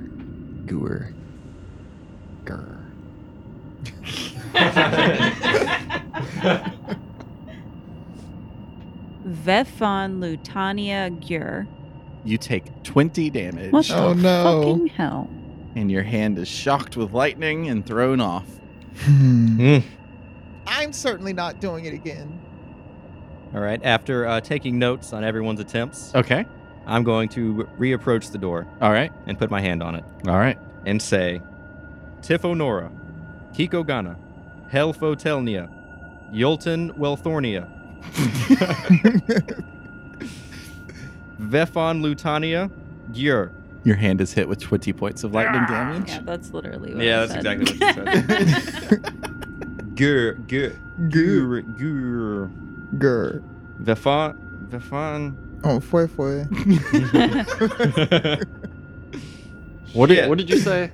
[SPEAKER 7] Gur Gur.
[SPEAKER 6] Vefon Lutania Gur.
[SPEAKER 2] You take 20 damage.
[SPEAKER 6] What the
[SPEAKER 5] no.
[SPEAKER 6] fucking hell?
[SPEAKER 2] And your hand is shocked with lightning and thrown off.
[SPEAKER 5] Hmm.
[SPEAKER 2] Hmm.
[SPEAKER 10] I'm certainly not doing it again.
[SPEAKER 8] All right. After uh, taking notes on everyone's attempts,
[SPEAKER 2] Okay.
[SPEAKER 8] I'm going to reapproach the door
[SPEAKER 2] All right.
[SPEAKER 8] and put my hand on it
[SPEAKER 2] All right.
[SPEAKER 8] and say, Tifonora, Kikogana, Helfotelnia, Yolton <laughs> Welthornia, Vefon Lutania, Gyur.
[SPEAKER 2] Your hand is hit with 20 points of lightning damage.
[SPEAKER 6] Yeah, that's literally what
[SPEAKER 8] Yeah,
[SPEAKER 6] I
[SPEAKER 8] that's
[SPEAKER 6] said.
[SPEAKER 8] exactly what you
[SPEAKER 5] <laughs>
[SPEAKER 8] Gyur, Gyur, Gyur, Gyur.
[SPEAKER 5] Grr.
[SPEAKER 8] Vefon, Vefon.
[SPEAKER 2] <laughs>
[SPEAKER 5] Oh, fue fue.
[SPEAKER 7] What did
[SPEAKER 8] Shit.
[SPEAKER 7] what did you say?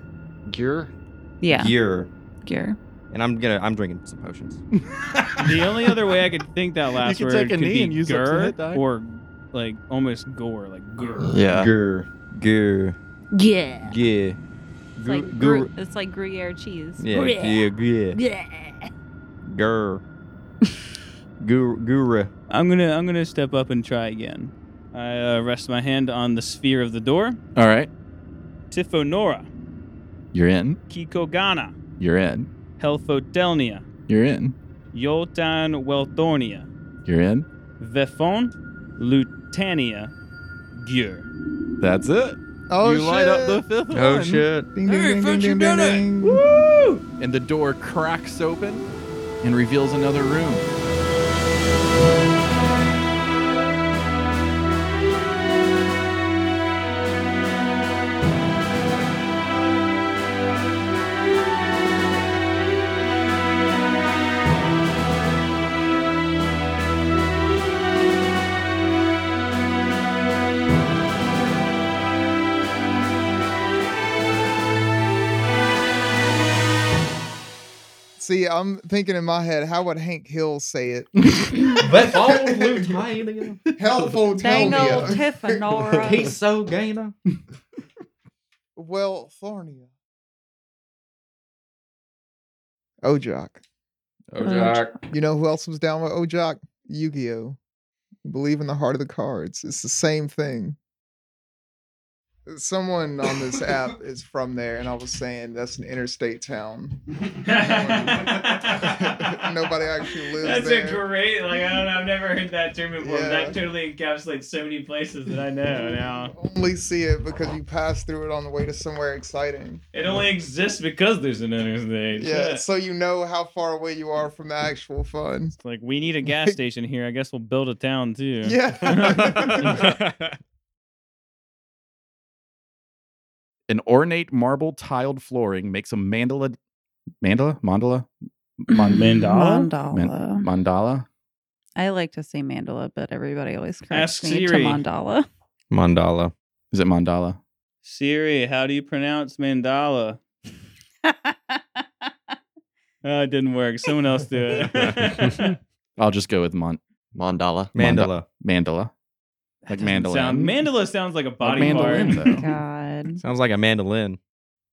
[SPEAKER 7] Gur?
[SPEAKER 6] <laughs> yeah.
[SPEAKER 8] Gyur.
[SPEAKER 6] Gur.
[SPEAKER 8] And I'm gonna, I'm drinking some potions.
[SPEAKER 3] The only other way I could think that last
[SPEAKER 2] could
[SPEAKER 3] word
[SPEAKER 2] take a
[SPEAKER 3] could
[SPEAKER 2] knee
[SPEAKER 3] be
[SPEAKER 2] and use it to
[SPEAKER 3] gur
[SPEAKER 2] hit die.
[SPEAKER 3] or like almost gore, like gur.
[SPEAKER 7] Yeah.
[SPEAKER 8] Gyur, Gyur,
[SPEAKER 6] Yeah.
[SPEAKER 8] Gyur.
[SPEAKER 6] It's like, gru- it's like Gruyere cheese.
[SPEAKER 8] Yeah, yeah, yeah.
[SPEAKER 6] Yeah.
[SPEAKER 8] Gur. Gur, gura.
[SPEAKER 3] I'm gonna I'm gonna step up and try again. I uh, rest my hand on the sphere of the door.
[SPEAKER 2] All right.
[SPEAKER 3] Tifonora,
[SPEAKER 2] You're in.
[SPEAKER 3] Kikogana,
[SPEAKER 2] You're in.
[SPEAKER 3] Helfotelnia,
[SPEAKER 2] You're in.
[SPEAKER 3] Yoltan Welthornia,
[SPEAKER 2] You're in.
[SPEAKER 3] Vefon, Lutania, <laughs> Gyur.
[SPEAKER 2] That's it.
[SPEAKER 5] Oh
[SPEAKER 2] you
[SPEAKER 5] shit.
[SPEAKER 2] light up the fifth
[SPEAKER 8] Oh
[SPEAKER 2] one.
[SPEAKER 8] shit.
[SPEAKER 5] Ding, ding, ding, ding, ding, ding, ding.
[SPEAKER 2] Woo! And the door cracks open and reveals another room.
[SPEAKER 5] See, I'm thinking in my head, how would Hank Hill say <laughs> it?
[SPEAKER 8] Vefon Lutania.
[SPEAKER 5] Helpful tell
[SPEAKER 6] Dang
[SPEAKER 5] me.
[SPEAKER 6] old
[SPEAKER 5] uh,
[SPEAKER 6] Tiffanora.
[SPEAKER 8] Peso Gainer.
[SPEAKER 5] Well, Thornia. Ojok.
[SPEAKER 12] Ojak.
[SPEAKER 5] You know who else was down with Ojok? Yu-Gi-Oh. Believe in the heart of the cards. It's the same thing. Someone on this app is from there, and I was saying that's an interstate town. Nobody actually lives
[SPEAKER 3] That's
[SPEAKER 5] there.
[SPEAKER 3] a great like I don't know, I've never heard that term before.
[SPEAKER 5] Yeah.
[SPEAKER 3] but That totally encapsulates so many places that I know now.
[SPEAKER 5] only see it because you pass through it on the way to somewhere exciting.
[SPEAKER 3] It only exists because there's an interstate.
[SPEAKER 5] Yeah,
[SPEAKER 3] Shit.
[SPEAKER 5] so you know how far away you are from the actual fun.
[SPEAKER 3] It's like we need a gas station here. I guess
[SPEAKER 5] <laughs>
[SPEAKER 3] we'll <laughs> build a town too.
[SPEAKER 5] Yeah.
[SPEAKER 2] An ornate marble tiled flooring makes a mandala, mandala, mandala, Mon-
[SPEAKER 6] Mandala?
[SPEAKER 2] Man- mandala,
[SPEAKER 6] I like to say mandala, but everybody always corrects
[SPEAKER 3] Ask
[SPEAKER 6] me
[SPEAKER 3] Siri.
[SPEAKER 6] to mandala.
[SPEAKER 2] mandala. Is it mandala?
[SPEAKER 3] <laughs> Siri, how do you pronounce mandala? oh, it didn't work. Someone else do <laughs> it.
[SPEAKER 2] I'll just go with mon- mandala, Manda- mandala, like mandala.
[SPEAKER 3] Sound, mandala sounds like a body
[SPEAKER 2] mandolin,
[SPEAKER 3] part.
[SPEAKER 2] though.
[SPEAKER 6] God.
[SPEAKER 8] Sounds like a mandolin.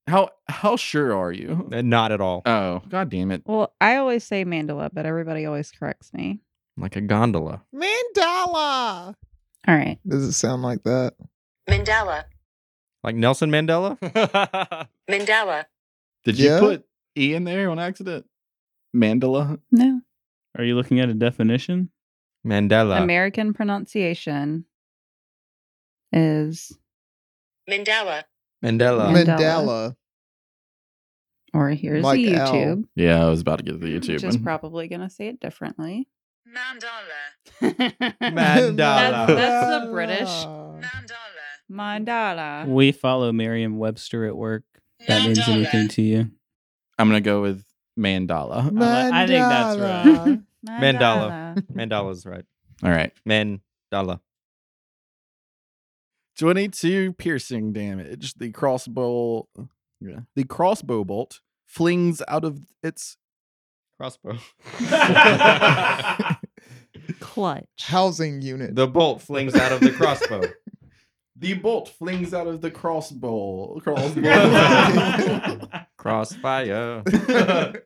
[SPEAKER 2] How how sure are <laughs> you?
[SPEAKER 8] Not at all.
[SPEAKER 2] Oh, god damn it!
[SPEAKER 6] Well, I always say mandala, but everybody always corrects me.
[SPEAKER 2] Like a gondola.
[SPEAKER 10] Mandala.
[SPEAKER 6] All right.
[SPEAKER 5] Does it sound like that?
[SPEAKER 19] Mandala.
[SPEAKER 8] Like Nelson Mandela?
[SPEAKER 19] Mandala.
[SPEAKER 2] Did you
[SPEAKER 19] Yeah.
[SPEAKER 2] put e in there on accident? Mandala.
[SPEAKER 6] No.
[SPEAKER 3] <laughs> Are you looking at a definition?
[SPEAKER 8] <laughs> Mandela.
[SPEAKER 6] American pronunciation is
[SPEAKER 19] Mandala.
[SPEAKER 8] Mandela.
[SPEAKER 6] Mandela. or here's
[SPEAKER 2] Like
[SPEAKER 6] a
[SPEAKER 2] L.
[SPEAKER 6] YouTube.
[SPEAKER 2] Yeah, I was about to get to the YouTube
[SPEAKER 6] Which is
[SPEAKER 2] one.
[SPEAKER 6] probably going to say it differently.
[SPEAKER 8] Mandala.
[SPEAKER 6] That's,
[SPEAKER 8] <laughs>
[SPEAKER 6] that's the British. Mandala. <laughs> Mandala.
[SPEAKER 3] We follow Merriam Webster at work. If That means anything to you.
[SPEAKER 2] I'm gonna go with mandala.
[SPEAKER 3] I think that's right.
[SPEAKER 8] Mandala. Mandala's right.
[SPEAKER 2] All right.
[SPEAKER 8] Mandala.
[SPEAKER 2] 22 piercing damage. The crossbow the crossbow bolt flings out of its
[SPEAKER 8] <laughs> Crossbow.
[SPEAKER 6] Clutch.
[SPEAKER 5] Housing unit.
[SPEAKER 8] The bolt flings out of the crossbow.
[SPEAKER 2] The bolt flings out of the <laughs> crossbow. <laughs>
[SPEAKER 8] Crossfire.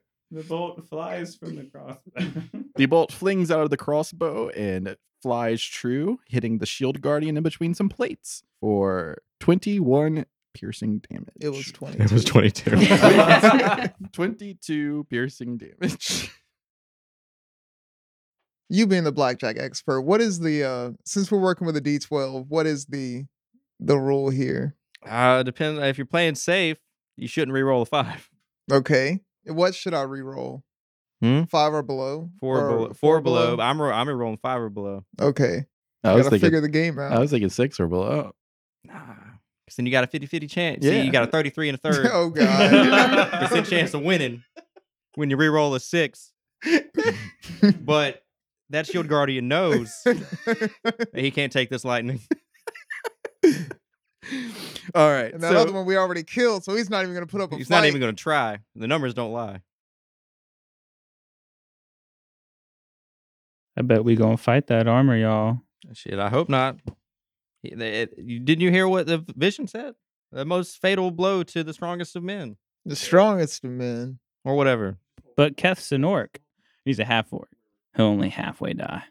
[SPEAKER 3] <laughs> The <laughs> bolt flies from the crossbow.
[SPEAKER 2] the bolt flings out of the crossbow and it flies true, hitting the shield guardian in between some plates for 21 piercing damage.
[SPEAKER 5] It was 20.
[SPEAKER 2] It was <laughs> 22. 22 piercing damage.
[SPEAKER 5] You being the blackjack expert, what is the uh since we're working with a D12, what is the the rule here?
[SPEAKER 8] Uh, depends. If you're playing safe, you shouldn't re-roll a five.
[SPEAKER 5] Okay. What should I re-roll?
[SPEAKER 8] Hmm?
[SPEAKER 5] Five or below?
[SPEAKER 8] Four,
[SPEAKER 5] Or
[SPEAKER 8] below, four, below. I'm ro- I'm rolling five or below.
[SPEAKER 5] Okay.
[SPEAKER 2] I
[SPEAKER 5] <laughs> I
[SPEAKER 2] was
[SPEAKER 5] gotta
[SPEAKER 2] thinking-
[SPEAKER 5] figure the game out.
[SPEAKER 2] I was thinking six or below.
[SPEAKER 8] Cause then you got a 50-50 chance.
[SPEAKER 2] Yeah.
[SPEAKER 8] See, you got a 33 and a <laughs> third.
[SPEAKER 5] <laughs> Oh, God.
[SPEAKER 8] percent
[SPEAKER 5] <laughs>
[SPEAKER 8] chance of winning when you re-roll a six. but that shield guardian knows that he can't take this lightning.
[SPEAKER 2] All right.
[SPEAKER 5] and that other one we already killed, so he's not even gonna put up a
[SPEAKER 8] <laughs> He's
[SPEAKER 5] fight.
[SPEAKER 8] not even going to try. The numbers don't lie.
[SPEAKER 3] I bet we gonna fight that armor, y'all.
[SPEAKER 8] Shit, I hope not. He- they- it- you- didn't you hear what the vision said? The most fatal blow to the strongest of men,
[SPEAKER 5] the strongest of men.
[SPEAKER 8] or whatever.
[SPEAKER 3] But Keth's an orc. He's a half orc. He'll only halfway die.